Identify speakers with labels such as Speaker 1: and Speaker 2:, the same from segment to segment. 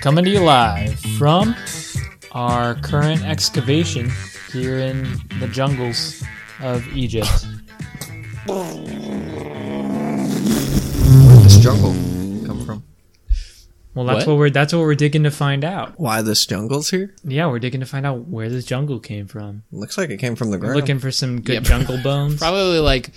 Speaker 1: coming to you live from our current excavation here in the jungles of Egypt.
Speaker 2: This jungle come from?
Speaker 1: Well, that's
Speaker 3: What?
Speaker 1: what, we're that's what we're digging to find out.
Speaker 2: Why this jungle's here?
Speaker 1: Yeah, we're digging to find out where this jungle came from.
Speaker 2: Looks like it came from the
Speaker 1: We're
Speaker 2: ground.
Speaker 1: looking for some good
Speaker 3: Yeah.
Speaker 1: jungle bones.
Speaker 3: Probably like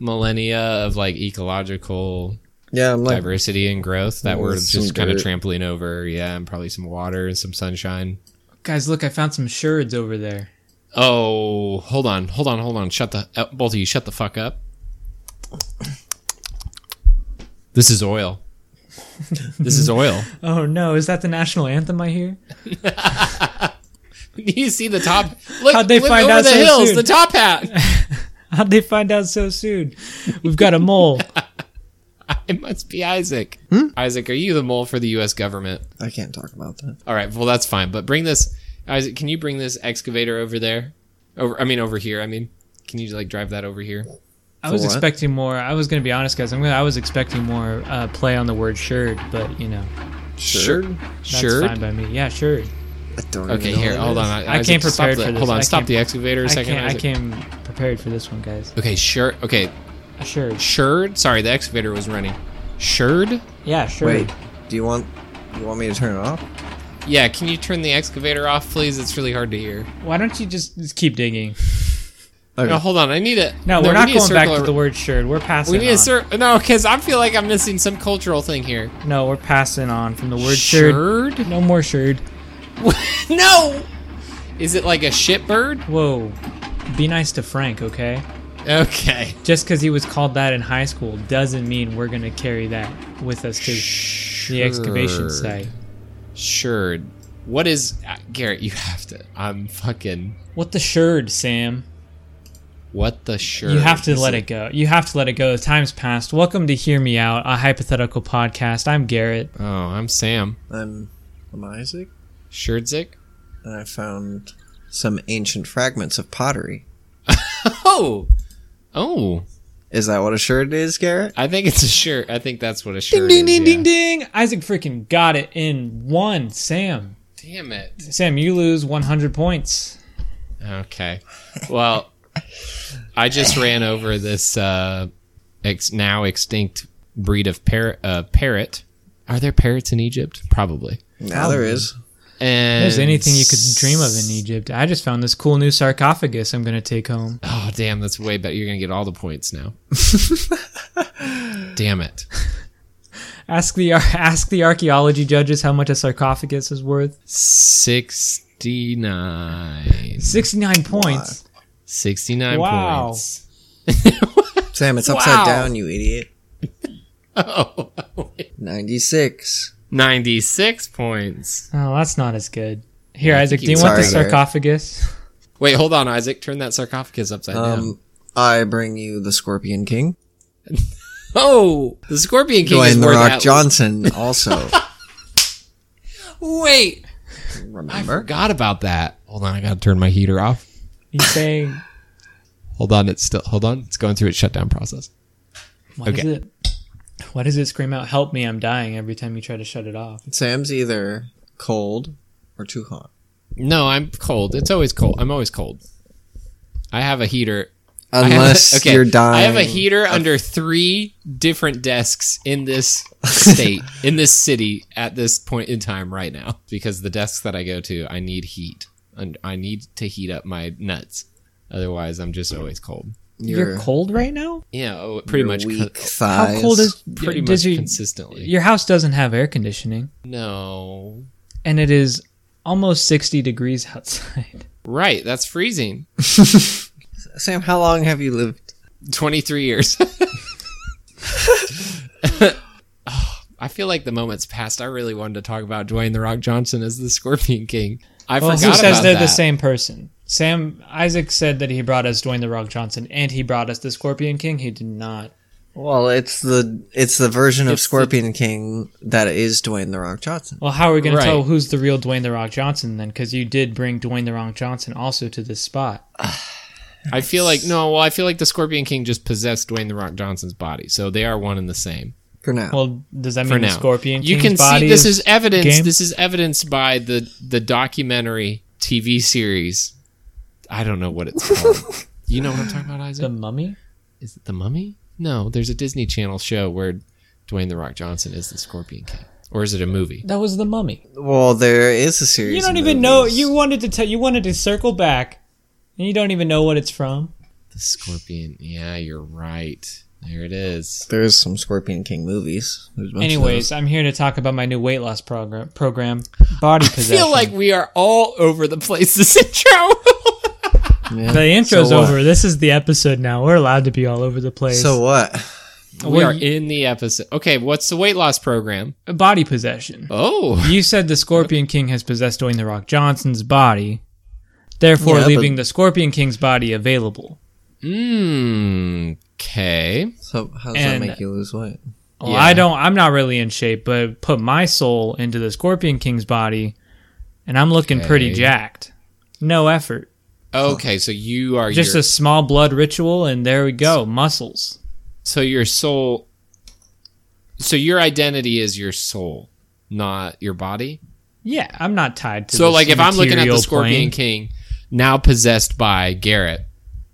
Speaker 3: millennia of like ecological
Speaker 2: yeah, I'm like,
Speaker 3: diversity and growth that
Speaker 2: Oh,
Speaker 3: we're
Speaker 2: some
Speaker 3: just kind of
Speaker 2: dirt.
Speaker 3: trampling over. Yeah, and probably some water and some sunshine.
Speaker 1: Guys, look, I found some sherds over there.
Speaker 3: Oh, hold on, hold on, hold on. Shut the uh, both of you. Shut the fuck up. This is oil. this is oil.
Speaker 1: Oh no, is that the national anthem I hear?
Speaker 3: you see the top? Look,
Speaker 1: How'd they
Speaker 3: look
Speaker 1: find
Speaker 3: over
Speaker 1: out
Speaker 3: the
Speaker 1: so
Speaker 3: hills.
Speaker 1: soon?
Speaker 3: The top hat.
Speaker 1: How'd they find out so soon? We've got a mole.
Speaker 3: It must be Isaac.
Speaker 1: Hmm?
Speaker 3: Isaac, are you the mole for the U.S. government?
Speaker 2: I can't talk about that.
Speaker 3: All right. Well, that's fine. But bring this, Isaac. Can you bring this excavator over there? Over. I mean, over here. I mean, can you like drive that over here?
Speaker 1: I was
Speaker 2: what?
Speaker 1: expecting more. I was gonna be honest, guys. I'm gonna. I was expecting more uh, play on the word "sherd," but you know,
Speaker 2: Sure.
Speaker 1: that's
Speaker 3: Sure.
Speaker 1: fine by me. Yeah, sure.
Speaker 2: I don't
Speaker 3: Okay.
Speaker 2: even know
Speaker 3: Here.
Speaker 2: what it
Speaker 3: Hold on.
Speaker 2: is.
Speaker 3: I,
Speaker 1: I came
Speaker 3: Isaac, stop
Speaker 1: prepared
Speaker 3: the-
Speaker 1: for this.
Speaker 3: Hold
Speaker 1: I
Speaker 3: on. Stop
Speaker 1: came-
Speaker 3: the excavator a
Speaker 1: I,
Speaker 3: second.
Speaker 1: can't, I
Speaker 3: Isaac.
Speaker 1: came prepared for this one, guys.
Speaker 3: Okay. Sure. Okay.
Speaker 1: A sherd.
Speaker 3: Sherd. Sorry, the excavator was running. Sherd.
Speaker 1: Yeah, sherd.
Speaker 2: Wait, do you want you want me to turn it off?
Speaker 3: Yeah. Can you turn the excavator off, please? It's really hard to hear.
Speaker 1: Why don't you just, just keep digging?
Speaker 2: Okay.
Speaker 3: No. Hold on. I need a.
Speaker 1: No, we're not
Speaker 3: we need a
Speaker 1: going back
Speaker 3: circle
Speaker 1: to the
Speaker 3: over-
Speaker 1: word "sherd." We're passing.
Speaker 3: We need
Speaker 1: on.
Speaker 3: a cir- No, because I feel like I'm missing some cultural thing here.
Speaker 1: No, we're passing on from the word "sherd."
Speaker 3: Sherd.
Speaker 1: No more sherd.
Speaker 3: no. Is it like a shitbird?
Speaker 1: Whoa. Be nice to Frank, okay?
Speaker 3: Okay.
Speaker 1: Just because he was called that in high school doesn't mean we're gonna carry that with us to the excavation
Speaker 3: Sherd.
Speaker 1: site.
Speaker 3: Sherd. What is uh, Garrett? You have to. I'm fucking.
Speaker 1: What the sherd, Sam?
Speaker 3: What the sherd?
Speaker 1: You have to
Speaker 3: Is
Speaker 1: let it go. You have to let it go. The time's passed. Welcome to Hear Me Out, a hypothetical podcast. I'm Garrett.
Speaker 3: Oh, I'm Sam
Speaker 2: I'm I'm Isaac,
Speaker 3: Sherdzik.
Speaker 2: and I found some ancient fragments of pottery.
Speaker 3: Oh, oh.
Speaker 2: Is that what a shirt is, Garrett?
Speaker 3: I think it's a shirt. I think that's what a shirt.
Speaker 1: Ding,
Speaker 3: is,
Speaker 1: ding,
Speaker 3: yeah.
Speaker 1: ding, ding. Isaac freaking got it in one. Sam.
Speaker 3: Damn it.
Speaker 1: Sam, you lose 100 points.
Speaker 3: Okay. Well, I just ran over this uh, ex- now extinct breed of par- uh, parrot. Are there parrots in Egypt? Probably.
Speaker 2: Now there is.
Speaker 3: And
Speaker 1: There's anything you could dream of in Egypt. I just found this cool new sarcophagus I'm going to take home.
Speaker 3: Oh, damn, that's way better. You're going to get all the points now. damn it.
Speaker 1: Ask the ar- ask the archaeology judges how much a sarcophagus is worth.
Speaker 3: 69.
Speaker 1: 69 points.
Speaker 3: 69
Speaker 1: Wow.
Speaker 3: points.
Speaker 2: Sam, it's upside
Speaker 3: Wow.
Speaker 2: down, you idiot.
Speaker 3: Oh,
Speaker 2: Ninety six.
Speaker 3: 96 points.
Speaker 1: Oh, that's not as good. Here,
Speaker 3: I
Speaker 1: Isaac,
Speaker 3: think
Speaker 1: do you
Speaker 3: he-
Speaker 1: want the
Speaker 2: Sorry, Garrett.
Speaker 1: sarcophagus?
Speaker 3: Wait, hold on, Isaac. Turn that sarcophagus upside down.
Speaker 2: Um, I bring you the Scorpion King.
Speaker 3: Oh, the Scorpion King is
Speaker 2: Dwayne the
Speaker 3: worth
Speaker 2: Rock
Speaker 3: at-
Speaker 2: Johnson also.
Speaker 3: Wait, I
Speaker 2: Remember?
Speaker 3: forgot about that. Hold on, I gotta turn my heater off.
Speaker 1: He's saying,
Speaker 3: Hold on, it's still. Hold on, it's going through its shutdown process.
Speaker 1: Why does
Speaker 3: Okay.
Speaker 1: it? Why does it scream out "Help me! I'm dying!" every time you try to shut it off?
Speaker 2: Sam's either cold or too hot.
Speaker 3: No, I'm cold. It's always cold. I'm always cold. I have a heater. I have a-
Speaker 2: Unless
Speaker 3: okay,
Speaker 2: you're dying.
Speaker 3: I have a heater under three different desks in this state, in this city, at this point in time right now. Because the desks that I go to, I need heat. And I need to heat up my nuts. Otherwise, I'm just always cold.
Speaker 1: You're,
Speaker 2: Your,
Speaker 1: cold right now.
Speaker 3: Yeah, oh, pretty
Speaker 2: your
Speaker 3: much. co-
Speaker 2: weak
Speaker 1: How
Speaker 2: thighs.
Speaker 1: cold is
Speaker 3: pretty
Speaker 1: does
Speaker 3: much
Speaker 1: your-
Speaker 3: consistently.
Speaker 1: Your house doesn't have air conditioning,
Speaker 3: no.
Speaker 1: and it is almost sixty degrees outside.
Speaker 3: Right, that's freezing.
Speaker 2: Sam? How long have you lived?
Speaker 3: 23 years. Oh, I feel like the moment's passed. I really wanted to talk about Dwayne the Rock Johnson as the Scorpion King. I
Speaker 1: Well, who
Speaker 3: forgot
Speaker 1: Oh, says
Speaker 3: about
Speaker 1: they're
Speaker 3: that.
Speaker 1: the same person? Sam Isaac said that he brought us Dwayne the Rock Johnson, and he brought us the Scorpion King. He did not.
Speaker 2: Well, it's the it's the version of
Speaker 3: It's the-
Speaker 2: Scorpion King that is Dwayne the Rock Johnson.
Speaker 1: Well, how are we going
Speaker 3: Right.
Speaker 1: to tell who's the real Dwayne the Rock Johnson then? Because you did bring Dwayne the Rock Johnson also to this spot.
Speaker 3: I feel like no. Well, I feel like the Scorpion King just possessed Dwayne the Rock Johnson's body, so they are one and the same.
Speaker 2: for now.
Speaker 1: Well, does that
Speaker 3: for
Speaker 1: mean the
Speaker 3: now.
Speaker 1: Scorpion
Speaker 3: you
Speaker 1: King's
Speaker 3: can
Speaker 1: body
Speaker 3: see this is evidence.
Speaker 1: game?
Speaker 3: This is evidence by the the documentary TV series. I don't know what it's called. you know what I'm talking about,
Speaker 1: the
Speaker 3: Isaac?
Speaker 1: mummy?
Speaker 3: is it the Mummy? No, there's a Disney Channel show where Dwayne the Rock Johnson is the Scorpion King, or is it a movie?
Speaker 1: That was the mummy.
Speaker 2: well, there is a series.
Speaker 1: You don't
Speaker 2: of
Speaker 1: even know.
Speaker 2: movies.
Speaker 1: You wanted to tell. You wanted to circle back, and you don't even know what it's from.
Speaker 3: The Scorpion. Yeah, you're right. There it is.
Speaker 2: There's some Scorpion King movies. There's a bunch of
Speaker 1: Anyways, I'm here to talk about my new weight loss program. Program, body possession.
Speaker 3: I feel like we are all over the place this intro.
Speaker 2: those. Yeah.
Speaker 1: the intro's
Speaker 2: So what?
Speaker 1: over. This is the episode now. We're allowed to be all over the place.
Speaker 2: So what?
Speaker 3: we
Speaker 1: Well,
Speaker 3: are
Speaker 1: y-
Speaker 3: in the episode. Okay, what's the weight loss program?
Speaker 1: Uh, body possession.
Speaker 3: Oh,
Speaker 1: You said the Scorpion King has possessed Dwayne the Rock Johnson's body, therefore
Speaker 2: Yeah, but-
Speaker 1: leaving the Scorpion King's body available.
Speaker 3: okay.
Speaker 2: So how does
Speaker 1: And-
Speaker 2: that make you lose weight?
Speaker 1: Well,
Speaker 3: Yeah.
Speaker 1: I don't. I'm not really in shape, but put my soul into the Scorpion King's body, and I'm looking pretty
Speaker 3: Okay.
Speaker 1: jacked. No effort,
Speaker 3: Okay, so you are
Speaker 1: just
Speaker 3: your,
Speaker 1: a small blood ritual, and there we go. Muscles.
Speaker 3: so your soul. So your identity is your soul, not your body.
Speaker 1: Yeah, I'm not tied to.
Speaker 3: So like if I'm looking at the
Speaker 1: Scorpion
Speaker 3: Scorpion King now possessed by Garrett,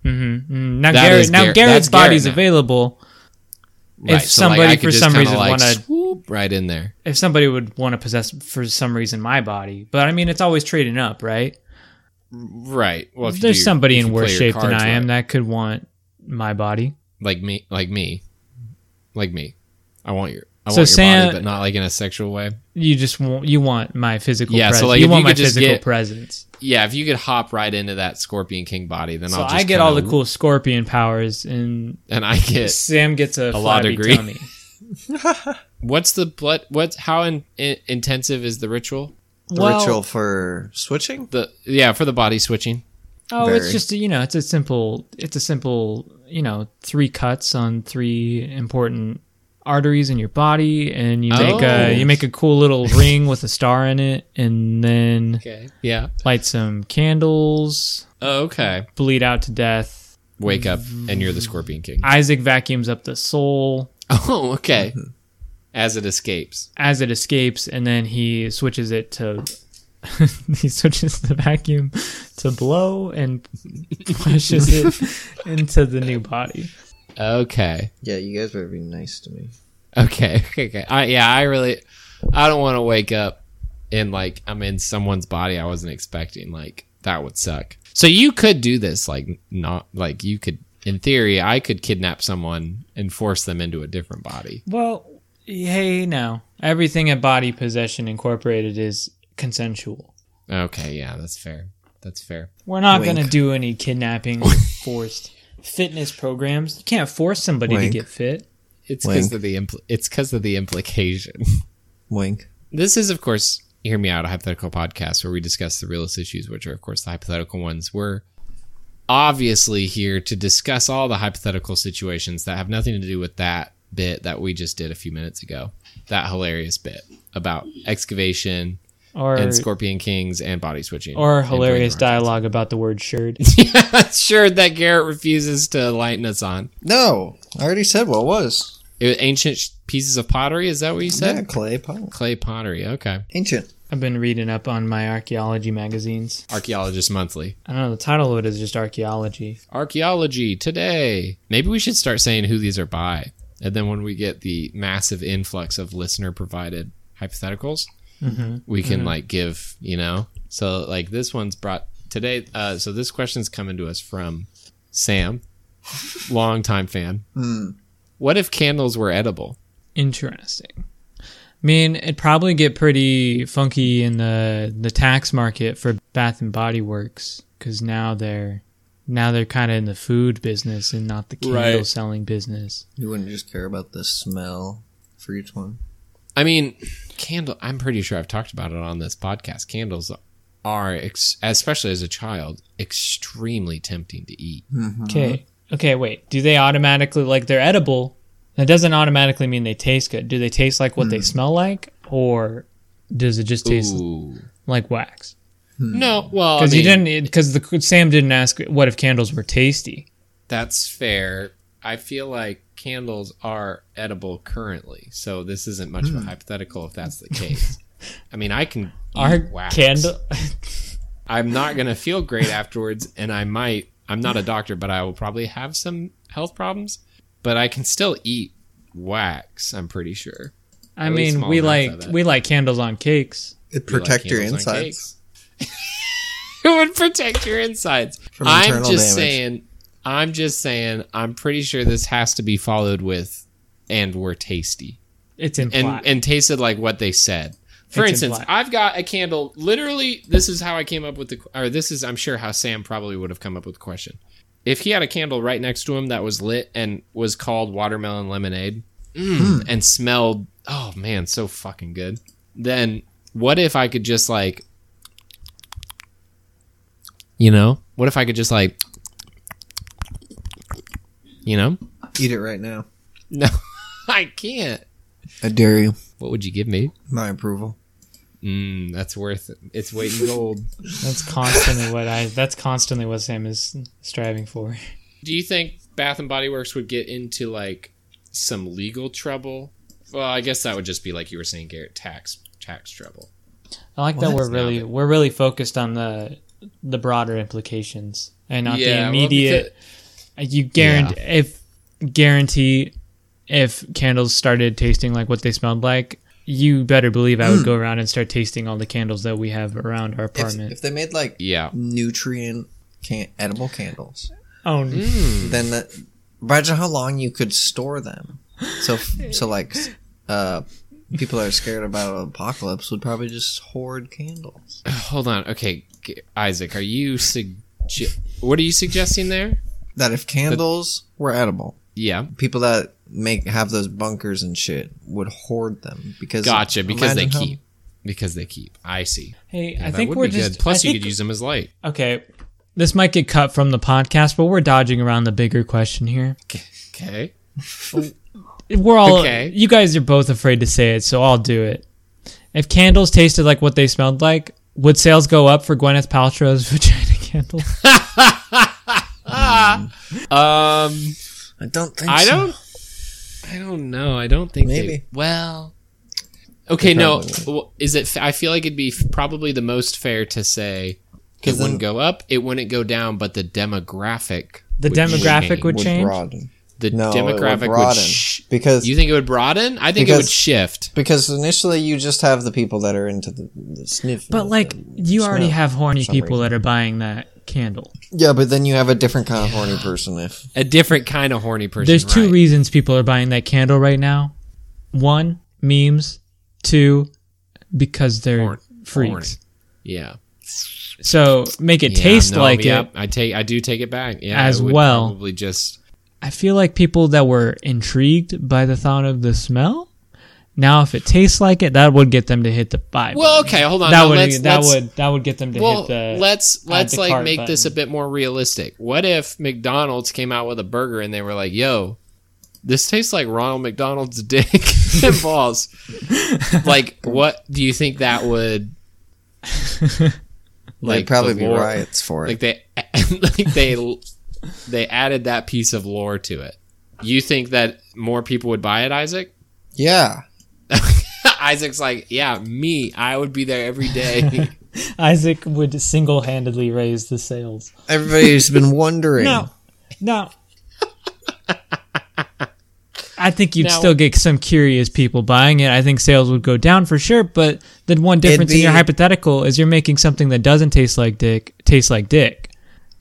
Speaker 1: hmm now
Speaker 3: That
Speaker 1: Garrett,
Speaker 3: is
Speaker 1: now
Speaker 3: Garrett-
Speaker 1: Garrett's
Speaker 3: that's Garrett
Speaker 1: body's
Speaker 3: now.
Speaker 1: available.
Speaker 3: right,
Speaker 1: if
Speaker 3: so, like,
Speaker 1: somebody
Speaker 3: I could
Speaker 1: for
Speaker 3: just
Speaker 1: some
Speaker 3: kinda,
Speaker 1: reason
Speaker 3: like,
Speaker 1: want to,
Speaker 3: swoop right in there.
Speaker 1: if somebody would want to possess for some reason my body, but I mean it's always trading up, right?
Speaker 3: Right. Well, if
Speaker 1: If
Speaker 3: you
Speaker 1: there's
Speaker 3: do-
Speaker 1: somebody
Speaker 3: if
Speaker 1: in
Speaker 3: you play
Speaker 1: worse
Speaker 3: your
Speaker 1: shape than
Speaker 3: cards
Speaker 1: I am
Speaker 3: right.
Speaker 1: that could want my body.
Speaker 3: like me, like me, like me. I want your. I
Speaker 1: So
Speaker 3: want your
Speaker 1: Sam-
Speaker 3: body, but not like in a sexual way.
Speaker 1: You just want you want my physical.
Speaker 3: Yeah, so,
Speaker 1: presence.
Speaker 3: like,
Speaker 1: you
Speaker 3: if
Speaker 1: want
Speaker 3: you
Speaker 1: my
Speaker 3: could just
Speaker 1: physical
Speaker 3: get-
Speaker 1: presence.
Speaker 3: Yeah, if you could hop right into that Scorpion King body, then
Speaker 1: So
Speaker 3: I'll just
Speaker 1: I get all the
Speaker 3: kinda-
Speaker 1: cool scorpion powers, and
Speaker 3: and I get
Speaker 1: Sam gets a, a
Speaker 3: law degree.
Speaker 1: tummy.
Speaker 3: what's the blood? What's how in, in, intensive is the ritual?
Speaker 2: The
Speaker 1: Well-
Speaker 2: ritual for switching?
Speaker 3: The yeah for the body switching.
Speaker 1: Oh, it's
Speaker 2: Very.
Speaker 1: just you know, it's a simple, it's a simple, you know, three cuts on three important arteries in your body, and you make
Speaker 3: Oh.
Speaker 1: a you make a cool little ring with a star in it, and then
Speaker 3: Okay. Yeah.
Speaker 1: light some candles,
Speaker 3: Oh, okay.
Speaker 1: bleed out to death.
Speaker 3: Wake up and you're the Scorpion King.
Speaker 1: Isaac vacuums up the soul
Speaker 3: Oh, okay. As it escapes.
Speaker 1: as it escapes, and then he switches it to. he switches the vacuum to blow and flushes it into the new body.
Speaker 3: Okay.
Speaker 2: Yeah, you guys better be nice to me.
Speaker 3: Okay. Okay. okay. I, yeah, I really, I don't want to wake up and like I'm in someone's body I wasn't expecting. Like that would suck. So you could do this, like not like you could. In theory, I could kidnap someone and force them into a different body.
Speaker 1: Well, hey, now everything at Body Possession Incorporated is consensual.
Speaker 3: Okay, yeah, that's fair. That's fair.
Speaker 1: We're not
Speaker 2: Wink.
Speaker 1: going to do any kidnapping, or forced fitness programs. You can't force somebody
Speaker 2: Wink.
Speaker 1: to get fit.
Speaker 3: It's
Speaker 2: Wink.
Speaker 3: because of the impl- it's because of the implication.
Speaker 2: Wink.
Speaker 3: This is, of course, Hear Me Out, a hypothetical podcast where we discuss the realist issues, which are, of course, the hypothetical ones. We're obviously here to discuss all the hypothetical situations that have nothing to do with that bit that we just did a few minutes ago. That hilarious bit about excavation
Speaker 1: Or
Speaker 3: and scorpion kings and body switching.
Speaker 1: or
Speaker 3: and
Speaker 1: hilarious
Speaker 3: Dwayne The Rock
Speaker 1: dialogue about the word shirt.
Speaker 3: Johnson. yeah, sure, that Garrett refuses to enlighten us on.
Speaker 2: No, I already said what was.
Speaker 3: It- ancient sh- pieces of pottery, is that what you said?
Speaker 2: Yeah, clay pot.
Speaker 3: Clay pottery, okay.
Speaker 2: Ancient.
Speaker 1: I've been reading up on my archaeology magazines.
Speaker 3: Archaeologist Monthly.
Speaker 1: I don't know, the title of it is just archaeology.
Speaker 3: archaeology today. Maybe we should start saying who these are by. And then when we get the massive influx of listener provided hypotheticals, we can like give, you know. So like this one's brought today uh so this question's coming to us from Sam, longtime fan. What if candles were edible?
Speaker 1: Interesting. I mean, it'd probably get pretty funky in the the tax market for Bath and Body Works because now they're now they're kind of in the food business and not the candle
Speaker 3: Right.
Speaker 1: selling business.
Speaker 2: You wouldn't just care about the smell for each one.
Speaker 3: I mean, candle. I'm pretty sure I've talked about it on this podcast. Candles are, ex- especially as a child, extremely tempting to eat.
Speaker 1: Okay, okay, wait. Do they automatically like they're edible? That doesn't automatically mean they taste good. Do they taste like what they smell like, or does it just taste
Speaker 3: Hmm. Ooh.
Speaker 1: like wax?
Speaker 3: No, well, I
Speaker 1: Because
Speaker 3: mean,
Speaker 1: you didn't. Because the Sam didn't ask what if candles were tasty.
Speaker 3: That's fair. I feel like candles are edible currently, so this isn't much
Speaker 1: Hmm.
Speaker 3: of a hypothetical if that's the case. I mean, I can eat
Speaker 1: Our
Speaker 3: wax.
Speaker 1: candle.
Speaker 3: I'm not gonna feel great afterwards, and I might. I'm not a doctor, but I will probably have some health problems. But I can still eat wax. I'm pretty sure.
Speaker 1: I
Speaker 3: At least
Speaker 1: mean,
Speaker 3: small
Speaker 1: we
Speaker 3: amounts of
Speaker 1: like
Speaker 3: it.
Speaker 1: we like candles on cakes.
Speaker 2: It
Speaker 3: We like
Speaker 2: protect your
Speaker 3: candles on
Speaker 2: insides.
Speaker 3: cakes. it would protect your insides.
Speaker 2: From
Speaker 3: I'm
Speaker 2: internal damage.
Speaker 3: just saying. I'm just saying. I'm pretty sure this has to be followed with, and we're tasty,
Speaker 1: It's
Speaker 3: and
Speaker 1: implied.
Speaker 3: and tasted like what they said. For
Speaker 1: It's
Speaker 3: instance,
Speaker 1: implied.
Speaker 3: I've got a candle. Literally, this is how I came up with the, or this is I'm sure how Sam probably would have come up with the question. If he had a candle right next to him that was lit and was called watermelon lemonade, mm. and smelled, oh man, so fucking good. Then what if I could just like you know? What if I could just like, you know?
Speaker 2: Eat it right now.
Speaker 3: No, I can't.
Speaker 2: I dare you.
Speaker 3: What would you give me?
Speaker 2: My approval.
Speaker 3: Mm, that's worth it. It's weight in gold.
Speaker 1: that's constantly what I. That's constantly what Sam is striving for.
Speaker 3: Do you think Bath and Body Works would get into like some legal trouble? Well, I guess that would just be like you were saying, Garrett, tax tax trouble.
Speaker 1: I like that
Speaker 2: What?
Speaker 1: we're really
Speaker 3: Now
Speaker 1: we're really focused on the the broader implications and not the
Speaker 3: well,
Speaker 1: immediate. you guarantee if guarantee if candles started tasting like what they smelled like, you better believe I
Speaker 3: Mm.
Speaker 1: would go around and start tasting all the candles that we have around our
Speaker 2: If,
Speaker 3: Mm.
Speaker 1: apartment.
Speaker 2: if they made like
Speaker 3: yeah.
Speaker 2: nutrient can- edible candles,
Speaker 1: oh,
Speaker 2: then that, imagine how long you could store them. So so like uh, people that are scared about an apocalypse would probably just hoard candles.
Speaker 3: Hold on. Okay, G- Isaac, are you sugge- What are you suggesting there?
Speaker 2: That if candles were edible,
Speaker 3: Yeah.
Speaker 2: people that make have those bunkers and shit would hoard them because
Speaker 3: Gotcha. Because they
Speaker 2: imagine how-
Speaker 3: keep. Because they keep. I see.
Speaker 1: hey,
Speaker 3: Yeah,
Speaker 1: I
Speaker 3: that
Speaker 1: think
Speaker 3: would
Speaker 1: we're
Speaker 3: be
Speaker 1: just.
Speaker 3: good. Plus,
Speaker 1: I
Speaker 3: you
Speaker 1: think-
Speaker 3: could use them as light.
Speaker 1: Okay, this might get cut from the podcast, but we're dodging around the bigger question here.
Speaker 3: Okay.
Speaker 1: We're all
Speaker 3: Okay.
Speaker 1: you guys are both afraid to say it, so I'll do it. If candles tasted like what they smelled like, would sales go up for Gwyneth Paltrow's vagina candle?
Speaker 3: Um.
Speaker 2: I don't think
Speaker 3: I
Speaker 2: so.
Speaker 3: don't. I don't know. I don't think
Speaker 2: Maybe.
Speaker 3: They, well. Okay, no.
Speaker 2: probably
Speaker 3: well, Is it? f- I feel like it'd be f- probably the most fair to say it
Speaker 2: 'Cause
Speaker 3: wouldn't
Speaker 2: then-
Speaker 3: go up, it wouldn't go down, but the demographic.
Speaker 1: The
Speaker 3: would
Speaker 1: demographic
Speaker 3: change.
Speaker 1: would- change?
Speaker 2: broaden
Speaker 3: The
Speaker 2: No, it would
Speaker 3: demographic would.
Speaker 2: broaden
Speaker 3: sh-
Speaker 2: because
Speaker 3: you think it would broaden? I think it would
Speaker 2: Because-
Speaker 3: shift.
Speaker 2: because initially you just have the people that are into the, the sniff.
Speaker 1: But like, you already
Speaker 2: smell
Speaker 1: have horny
Speaker 2: some
Speaker 1: people
Speaker 2: reason.
Speaker 1: that are buying that candle.
Speaker 2: yeah, but then you have a different kind of horny person. If
Speaker 3: A different kind of horny person.
Speaker 1: There's two
Speaker 3: right?
Speaker 1: reasons people are buying that candle right now. One, memes. Two, because they're
Speaker 3: Horn-
Speaker 1: freaks.
Speaker 3: Yeah.
Speaker 1: So make it
Speaker 3: Yeah,
Speaker 1: taste
Speaker 3: no,
Speaker 1: like
Speaker 3: yeah,
Speaker 1: it.
Speaker 3: I take. I do take it back. Yeah.
Speaker 1: As
Speaker 3: it would
Speaker 1: well.
Speaker 3: Probably just.
Speaker 1: I feel like people that were intrigued by the thought of the smell. Now, if it tastes like it, that would get them to hit the buy. button.
Speaker 3: Well, okay. Hold on.
Speaker 1: that
Speaker 3: no,
Speaker 1: would
Speaker 3: let's-
Speaker 1: that
Speaker 3: let's-
Speaker 1: would that would get them to
Speaker 3: well,
Speaker 1: hit the.
Speaker 3: let's let's
Speaker 1: the
Speaker 3: like
Speaker 1: cart
Speaker 3: make this a bit more realistic. What if McDonald's came out with a burger and they were like, "Yo, this tastes like Ronald McDonald's dick and balls." like, what do you think that would?
Speaker 2: like probably
Speaker 3: the
Speaker 2: be
Speaker 3: lore-
Speaker 2: riots for it.
Speaker 3: Like they, like they, they added that piece of lore to it. You think that more people would buy it, Isaac?
Speaker 2: yeah,
Speaker 3: Isaac's like, yeah, me. I would be there every day.
Speaker 1: Isaac would single handedly raise the sales.
Speaker 2: everybody's been wondering.
Speaker 1: No, no. I think you'd
Speaker 3: Now-
Speaker 1: still get some curious people buying it. I think sales would go down for sure, but then one difference in
Speaker 2: be-
Speaker 1: your hypothetical is you're making something that doesn't taste like dick taste like dick.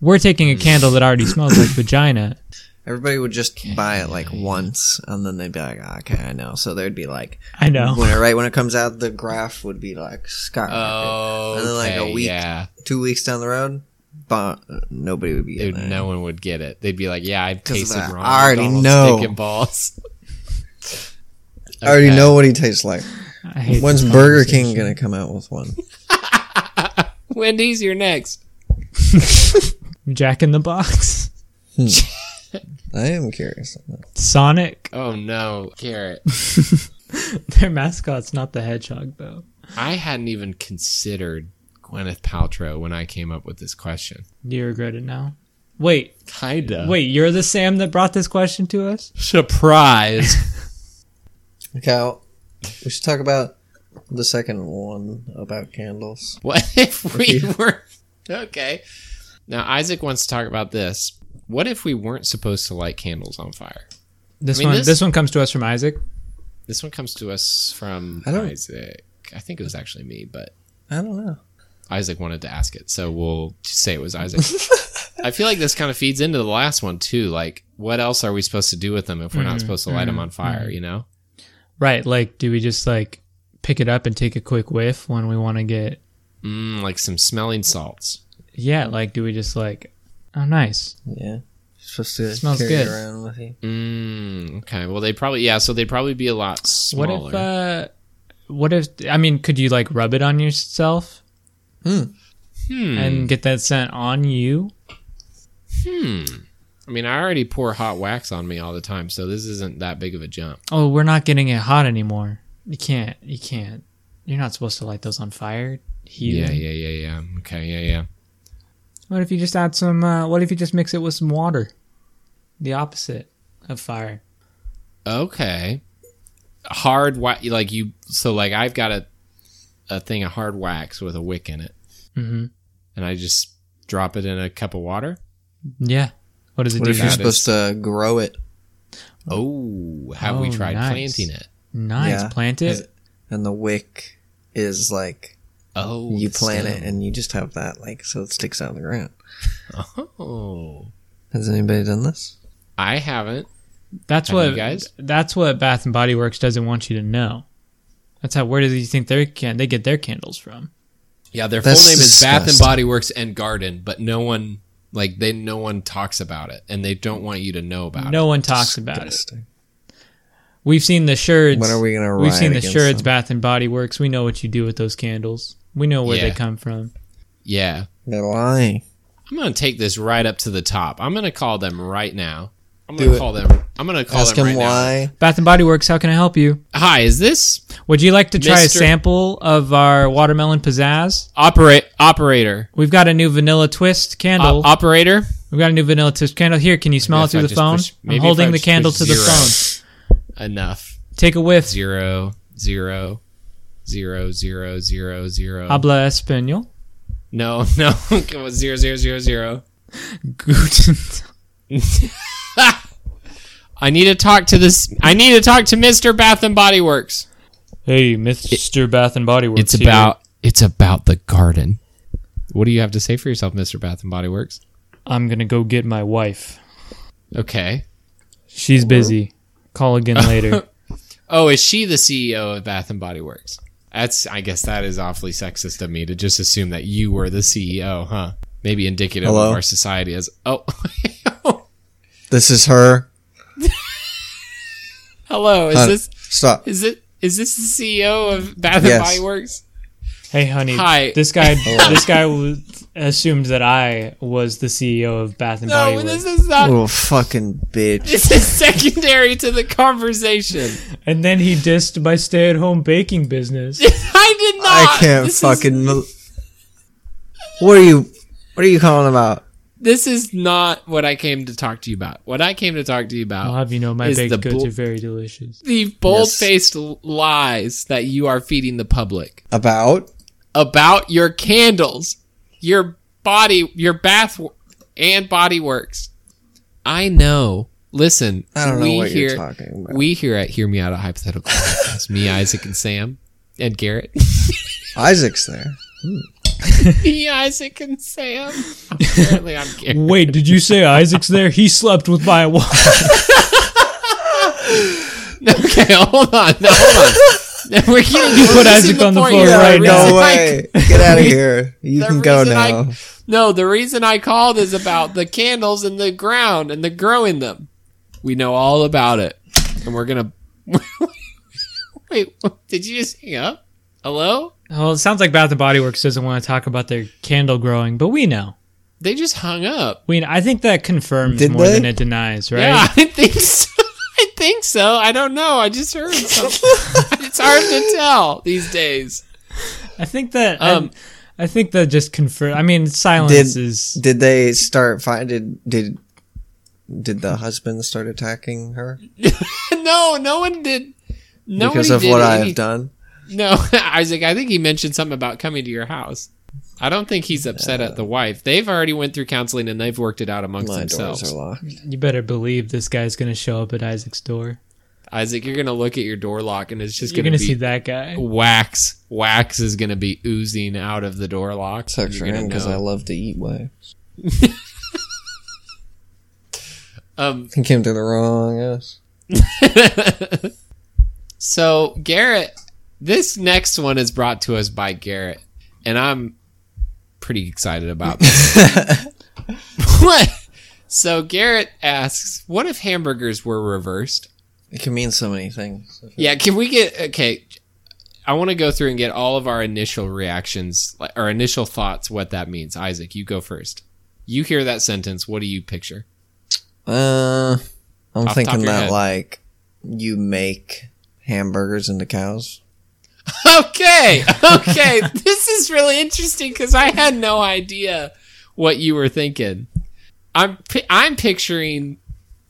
Speaker 1: We're taking a candle that already smells like vagina.
Speaker 2: Everybody would just buy it like once, and then they'd be like, "Ah, "Okay, I know." So there'd be like,
Speaker 1: I know.
Speaker 2: when it, right when it comes out, the graph would be like skyrocket.
Speaker 3: oh,
Speaker 2: And then, like, a
Speaker 3: okay,
Speaker 2: week-
Speaker 3: yeah.
Speaker 2: Two weeks down the road, but nobody would be.
Speaker 3: Dude,
Speaker 2: in there.
Speaker 3: no one would get it. They'd be like, "Yeah, I've
Speaker 2: 'Cause
Speaker 3: tasted
Speaker 2: I
Speaker 3: wrong."
Speaker 2: already know.
Speaker 3: dick and balls.
Speaker 2: I already
Speaker 3: Okay.
Speaker 2: know what he tastes like.
Speaker 1: I hate
Speaker 2: When's
Speaker 1: this
Speaker 2: Burger
Speaker 1: conversation.
Speaker 2: King gonna come out with one?
Speaker 3: Wendy's, you're next.
Speaker 1: Jack in the Box,
Speaker 2: I am curious. on that.
Speaker 1: Sonic.
Speaker 3: Oh no, carrot!
Speaker 1: Their mascot's not the hedgehog though.
Speaker 3: I hadn't even considered Gwyneth Paltrow when I came up with this question.
Speaker 1: Do you regret it now? Wait,
Speaker 3: Kinda.
Speaker 1: wait, you're the Sam that brought this question to us?
Speaker 3: Surprise.
Speaker 2: Cal, we should talk about the second one about candles.
Speaker 3: What if we were okay? Now Isaac wants to talk about this. What if we weren't supposed to light candles on fire?
Speaker 1: This
Speaker 3: I mean,
Speaker 1: one
Speaker 3: this-
Speaker 1: this... one comes to us from Isaac.
Speaker 3: This one comes to us from
Speaker 2: I don't-
Speaker 3: Isaac. I think it was actually me, but
Speaker 2: I don't know.
Speaker 3: Isaac wanted to ask it, so we'll just say it was Isaac. I feel like this kind of feeds into the last one too. Like, what else are we supposed to do with them if we're
Speaker 1: Mm-hmm.
Speaker 3: not supposed to light them on fire? You know?
Speaker 1: Right, like do we just like pick it up and take a quick whiff when we want to get
Speaker 3: Mm, like some smelling salts.
Speaker 1: Yeah, like do we just like oh nice.
Speaker 2: Yeah. You're supposed to
Speaker 1: Smells
Speaker 2: carry
Speaker 1: good.
Speaker 2: it around with you.
Speaker 3: Mm, okay. Well, they probably yeah. So they'd probably be a lot smaller.
Speaker 1: What if uh what if I mean could you like rub it on yourself
Speaker 3: Hmm.
Speaker 1: and get that scent on you?
Speaker 3: Hmm. I mean, I already pour hot wax on me all the time, so this isn't that big of a jump.
Speaker 1: Oh, we're not getting it hot anymore. You can't. You can't. You're not supposed to light those on fire. Heathen.
Speaker 3: Yeah, yeah, yeah, yeah. Okay, yeah, yeah.
Speaker 1: What if you just add some? Uh, what if you just mix it with some water? The opposite of fire.
Speaker 3: Okay. Hard wax, like you. So, like, I've got a a thing of hard wax with a wick in it,
Speaker 1: hmm
Speaker 3: and I just drop it in a cup of water.
Speaker 1: Yeah. What does it
Speaker 2: What
Speaker 1: do?
Speaker 2: if you're
Speaker 1: now?
Speaker 3: that is-
Speaker 2: supposed to grow it
Speaker 3: Oh, have we
Speaker 1: Oh,
Speaker 3: tried
Speaker 1: nice.
Speaker 3: planting it?
Speaker 1: nice.
Speaker 2: Yeah.
Speaker 1: Plant
Speaker 2: Is
Speaker 1: it.
Speaker 2: it- and the wick is like
Speaker 3: Oh,
Speaker 2: you
Speaker 3: the
Speaker 2: plant it
Speaker 3: stem.
Speaker 2: and you just have that like so it sticks out of the ground.
Speaker 3: oh,
Speaker 2: Has anybody done this?
Speaker 3: I haven't.
Speaker 1: That's
Speaker 3: Have
Speaker 1: what.
Speaker 3: you guys?
Speaker 1: That's what Bath and Body Works doesn't want you to know. That's how. Where do you think they can they get their candles from?
Speaker 3: Yeah, their
Speaker 2: That's
Speaker 3: full name is Bath and
Speaker 2: disgusting.
Speaker 3: Body Works and Garden, but no one like they no one talks about it, and they don't want you to know
Speaker 2: Uh,
Speaker 3: about it.
Speaker 1: No one talks about it.
Speaker 2: Disgusting.
Speaker 1: We've seen the shirts.
Speaker 2: When are we gonna
Speaker 1: We've
Speaker 2: riot
Speaker 1: seen the
Speaker 2: against
Speaker 1: shirts,
Speaker 2: them?
Speaker 1: Bath and Body Works. We know what you do with those candles. We know where they
Speaker 3: Yeah.
Speaker 1: come from.
Speaker 3: Yeah,
Speaker 2: They're lying.
Speaker 3: I'm gonna take this right up to the top. I'm gonna call them right now. I'm
Speaker 2: Do
Speaker 3: gonna
Speaker 2: it.
Speaker 3: call them. I'm gonna call
Speaker 2: Ask
Speaker 3: them right
Speaker 2: him why.
Speaker 1: Bath and Body Works, how can I help you?
Speaker 3: now. Hi, is this
Speaker 1: Would you like to try a
Speaker 3: Mr.
Speaker 1: sample of our watermelon pizzazz?
Speaker 3: operate operator?
Speaker 1: We've got a new vanilla twist
Speaker 3: O-
Speaker 1: candle.
Speaker 3: operator,
Speaker 1: We've got a new vanilla twist candle. Here, can you smell it
Speaker 3: Maybe if
Speaker 1: through
Speaker 3: Uh, I
Speaker 1: the
Speaker 3: just
Speaker 1: phone?
Speaker 3: push- maybe
Speaker 1: I'm
Speaker 3: if I
Speaker 1: holding the
Speaker 3: just
Speaker 1: candle
Speaker 3: push
Speaker 1: to the
Speaker 3: zero.
Speaker 1: phone.
Speaker 3: enough.
Speaker 1: Take a whiff.
Speaker 3: Zero, zero, zero, zero, zero, zero.
Speaker 1: Habla español.
Speaker 3: no, no, Come on, zero, zero, zero, zero.
Speaker 1: Guten.
Speaker 3: I need to talk to this. I need to talk to Mister Bath and Body Works.
Speaker 1: Hey, Mr. Bath and Body Works.
Speaker 3: It's about it's about the garden. What do you have to say for yourself, Mister Bath and Body Works?
Speaker 1: I'm gonna go get my wife.
Speaker 3: Okay.
Speaker 1: She's busy. Call again later.
Speaker 3: Oh, is she the CEO of Bath and Body Works? That's I guess that is awfully sexist of me to just assume that you were the CEO, huh? Maybe indicative
Speaker 2: Hello?
Speaker 3: of our society as oh
Speaker 2: This is her.
Speaker 3: hello, is
Speaker 2: Hun-
Speaker 3: this
Speaker 2: Stop.
Speaker 3: is it is this the CEO of Bath
Speaker 2: Yes.
Speaker 3: and Body Works?
Speaker 1: hey, honey.
Speaker 3: Hi.
Speaker 1: This guy. this guy was, assumed that I was the CEO of Bath and Body
Speaker 3: No,
Speaker 1: Works.
Speaker 3: this is not
Speaker 2: Little fucking bitch.
Speaker 3: this is secondary to the conversation.
Speaker 1: And then he dissed my stay at home baking business.
Speaker 3: I did not
Speaker 2: I can't
Speaker 3: this is-
Speaker 2: fucking. mil- What are you? What are you calling about?
Speaker 3: this is not what I came to talk to you about. What I came to talk to you about
Speaker 1: I'll have you know my
Speaker 3: Is the
Speaker 1: baked goods
Speaker 3: bull-
Speaker 1: are very delicious.
Speaker 3: the bold-faced lies that you are feeding the public.
Speaker 2: About?
Speaker 3: about your candles, your body, your bath w- and body works. I know. Listen,
Speaker 2: I don't know
Speaker 3: we
Speaker 2: what
Speaker 3: here,
Speaker 2: you're talking about.
Speaker 3: We here at Hear Me Out at Hypothetical. Podcast, me, Isaac, and Sam, and Garrett.
Speaker 2: Isaac's there.
Speaker 3: me, Isaac, and Sam. Apparently, I'm Garrett.
Speaker 1: Wait, did you say Isaac's there? He slept with my wife.
Speaker 3: Okay, hold on. No, hold on. We're getting, you
Speaker 1: put Isaac on the floor right now.
Speaker 2: No way. Get out of here. You
Speaker 3: the
Speaker 2: can go
Speaker 3: reason I-
Speaker 2: now.
Speaker 3: No, the reason I called is about the candles in the ground and the growing them. We know all about it, and we're gonna. Wait, what- did you just hang up? Hello?
Speaker 1: Well, it sounds like Bath and Body Works doesn't want to talk about their candle growing, but we know.
Speaker 3: They just hung up.
Speaker 1: We I think that confirms
Speaker 2: Did
Speaker 1: more
Speaker 2: they?
Speaker 1: than it denies, right?
Speaker 3: Yeah, I think so. I think so. I don't know. I just heard something. it's hard to tell these days.
Speaker 1: I think that
Speaker 3: Um,
Speaker 1: I, I think that just confirm. I mean, silence is
Speaker 2: Did they start find did did did the husband start attacking her
Speaker 3: no, no one did. Nobody
Speaker 2: because of
Speaker 3: did
Speaker 2: what I
Speaker 3: any-
Speaker 2: have done?
Speaker 3: No, Isaac, I think he mentioned something about coming to your house. I don't think he's upset at the wife. They've already went through counseling and they've worked it out amongst
Speaker 2: My doors
Speaker 3: themselves.
Speaker 2: are locked.
Speaker 1: you better believe this guy's gonna show up at Isaac's door.
Speaker 3: Isaac, you're gonna look at your door lock and it's just
Speaker 1: You're
Speaker 3: gonna,
Speaker 1: gonna
Speaker 3: be
Speaker 1: see that guy.
Speaker 3: wax. Wax is gonna be oozing out of the door lock.
Speaker 2: Sucks for
Speaker 3: You're gonna
Speaker 2: him because I
Speaker 3: know.
Speaker 2: love to eat way.
Speaker 3: Um,
Speaker 2: He came to the wrong house.
Speaker 3: So Garrett, this next one is brought to us by Garrett, and I'm pretty excited about this. what? So Garrett asks, "What if hamburgers were reversed?"
Speaker 2: It can mean so many things.
Speaker 3: Yeah, can we get okay? I want to go through and get all of our initial reactions, like our initial thoughts, what that means. Isaac, you go first. You hear that sentence? What do you picture?
Speaker 2: Uh, I'm
Speaker 3: top of
Speaker 2: thinking
Speaker 3: your
Speaker 2: that
Speaker 3: head.
Speaker 2: like you make hamburgers into cows.
Speaker 3: Okay, okay. this is really interesting because I had no idea what you were thinking. I'm pi- I'm picturing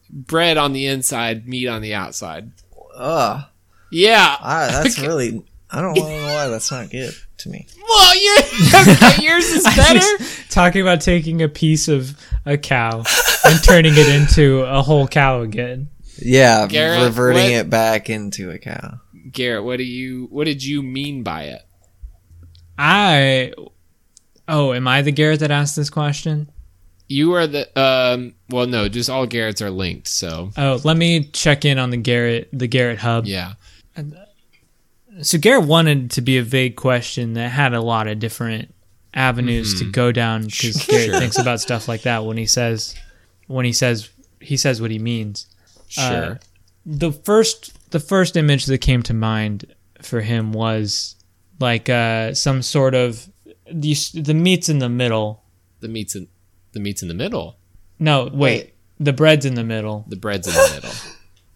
Speaker 3: bread on the inside, meat on the outside.
Speaker 2: Ugh,
Speaker 3: Yeah.
Speaker 2: I, that's
Speaker 3: Okay.
Speaker 2: really. I don't know why that's not good to me.
Speaker 3: Well, your okay, yours is better.
Speaker 1: Talking about taking a piece of a cow and turning it into a whole cow again.
Speaker 2: Yeah,
Speaker 3: Garrett,
Speaker 2: reverting
Speaker 3: what-
Speaker 2: it back into a cow.
Speaker 3: Garrett, what do you what did you mean by it?
Speaker 1: I oh, am I the Garrett that asked this question?
Speaker 3: You are the um. Well, no, just all Garrett's are linked. So
Speaker 1: Oh, let me check in on the Garrett the Garrett hub.
Speaker 3: yeah.
Speaker 1: So Garrett wanted to be a vague question that had a lot of different avenues to go down because Garrett thinks about stuff like that when he says when he says he says what he means. Uh,
Speaker 3: Sure.
Speaker 1: the first the first image that came to mind for him was like uh, some sort of the the meat's in the middle.
Speaker 3: the meat's in the meat's in the middle.
Speaker 1: No, wait,
Speaker 2: Wait.
Speaker 1: the bread's in the middle,
Speaker 3: The bread's in the middle.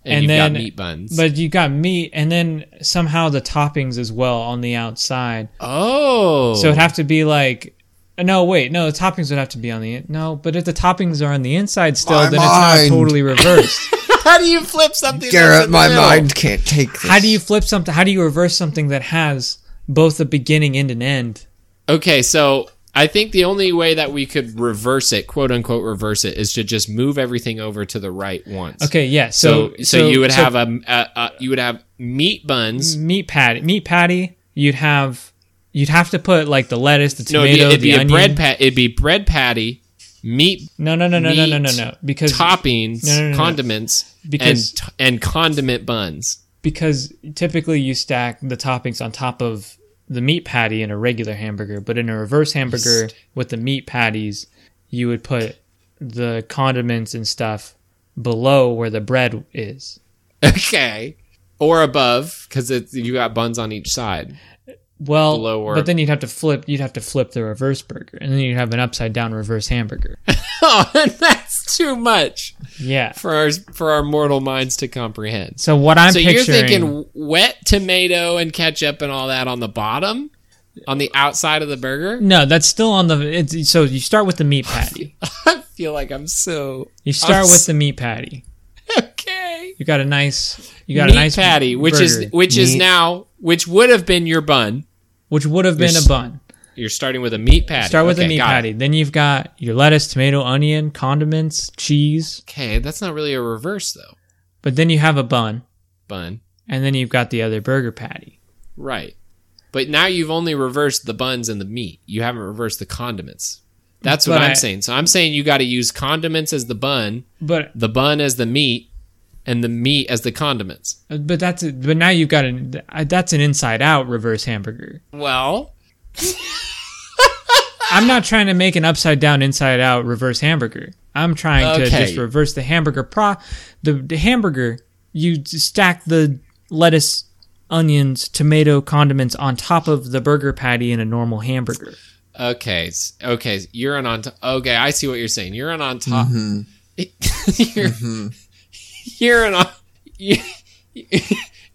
Speaker 3: And,
Speaker 1: And
Speaker 3: you've
Speaker 1: then-
Speaker 3: got meat buns.
Speaker 1: but you got meat, and then somehow the toppings as well on the outside.
Speaker 3: oh,
Speaker 1: So it'd have to be like. No, wait, no, the toppings would have to be on the in- no, but if the toppings are on the inside still,
Speaker 2: My
Speaker 1: then it's
Speaker 2: mind.
Speaker 1: not totally reversed.
Speaker 3: How do you flip something? that's
Speaker 2: Garrett,
Speaker 3: in
Speaker 2: my
Speaker 3: the middle?
Speaker 2: mind can't take this.
Speaker 1: how do you flip something? How do you reverse something that has both a beginning and an end?
Speaker 3: Okay, so I think the only way that we could reverse it, quote unquote, reverse it, is to just move everything over to the right once.
Speaker 1: Okay, yeah. So
Speaker 3: So, so, you would have a, a, a you would have meat buns.
Speaker 1: meat patty. Meat patty. You'd have you'd have to put like the lettuce, the
Speaker 3: No,
Speaker 1: tomato,
Speaker 3: it'd be,
Speaker 1: the
Speaker 3: it'd be a
Speaker 1: onion.
Speaker 3: bread pat. It'd be bread patty, meat
Speaker 1: no, no, no, no, no, no, no,
Speaker 3: meat
Speaker 1: no. Because
Speaker 3: toppings,
Speaker 1: No, no, no, no.
Speaker 3: condiments,
Speaker 1: Because-
Speaker 3: and t- and condiment buns.
Speaker 1: because typically you stack the toppings on top of the meat patty in a regular hamburger, but in a reverse hamburger with the meat patties, you would put the condiments and stuff below where the bread is.
Speaker 3: Okay, or above because you got buns on each side.
Speaker 1: Well,
Speaker 3: Below or-
Speaker 1: but then you'd have to flip. You'd have to flip the reverse burger, and then you'd have an upside down reverse hamburger.
Speaker 3: Oh, that's too much.
Speaker 1: Yeah.
Speaker 3: for our for our mortal minds to comprehend.
Speaker 1: So what I'm
Speaker 3: so
Speaker 1: picturing,
Speaker 3: you're thinking wet tomato and ketchup and all that on the bottom, on the outside of the burger.
Speaker 1: No, that's still on the. It's, so you start with the meat patty.
Speaker 3: I feel like I'm so
Speaker 1: You start
Speaker 3: I'm
Speaker 1: with
Speaker 3: s-
Speaker 1: the meat patty.
Speaker 3: okay.
Speaker 1: You got a nice. You got
Speaker 3: meat
Speaker 1: a nice
Speaker 3: patty, which is
Speaker 1: burger,
Speaker 3: which is
Speaker 2: Meat.
Speaker 3: now which would have been your bun.
Speaker 1: which would have
Speaker 3: Your
Speaker 1: been a
Speaker 3: s-
Speaker 1: bun.
Speaker 3: You're starting with a meat patty.
Speaker 1: Start with
Speaker 3: Okay,
Speaker 1: the meat
Speaker 3: got it.
Speaker 1: patty. Then you've got your lettuce, tomato, onion, condiments, cheese.
Speaker 3: Okay, that's not really a reverse though.
Speaker 1: But then you have a bun,
Speaker 3: Bun,
Speaker 1: and then you've got the other burger patty.
Speaker 3: right? But now you've only reversed the buns and the meat. You haven't reversed the condiments. That's what
Speaker 1: But
Speaker 3: I'm
Speaker 1: I-
Speaker 3: saying. So I'm saying you got to use condiments as the bun,
Speaker 1: But
Speaker 3: the bun as the meat, and the meat as the condiments.
Speaker 1: but that's a, but now you've got an that's an inside out reverse hamburger.
Speaker 3: Well,
Speaker 1: I'm not trying to make an upside down, inside out reverse hamburger. I'm trying to
Speaker 3: Okay.
Speaker 1: just reverse the hamburger pro. The, the hamburger, you stack the lettuce, onions, tomato, condiments on top of the burger patty in a normal hamburger.
Speaker 3: okay, s- okay. You're an on. T- okay, I see what you're saying. You're an on top. you're, you're an on. you-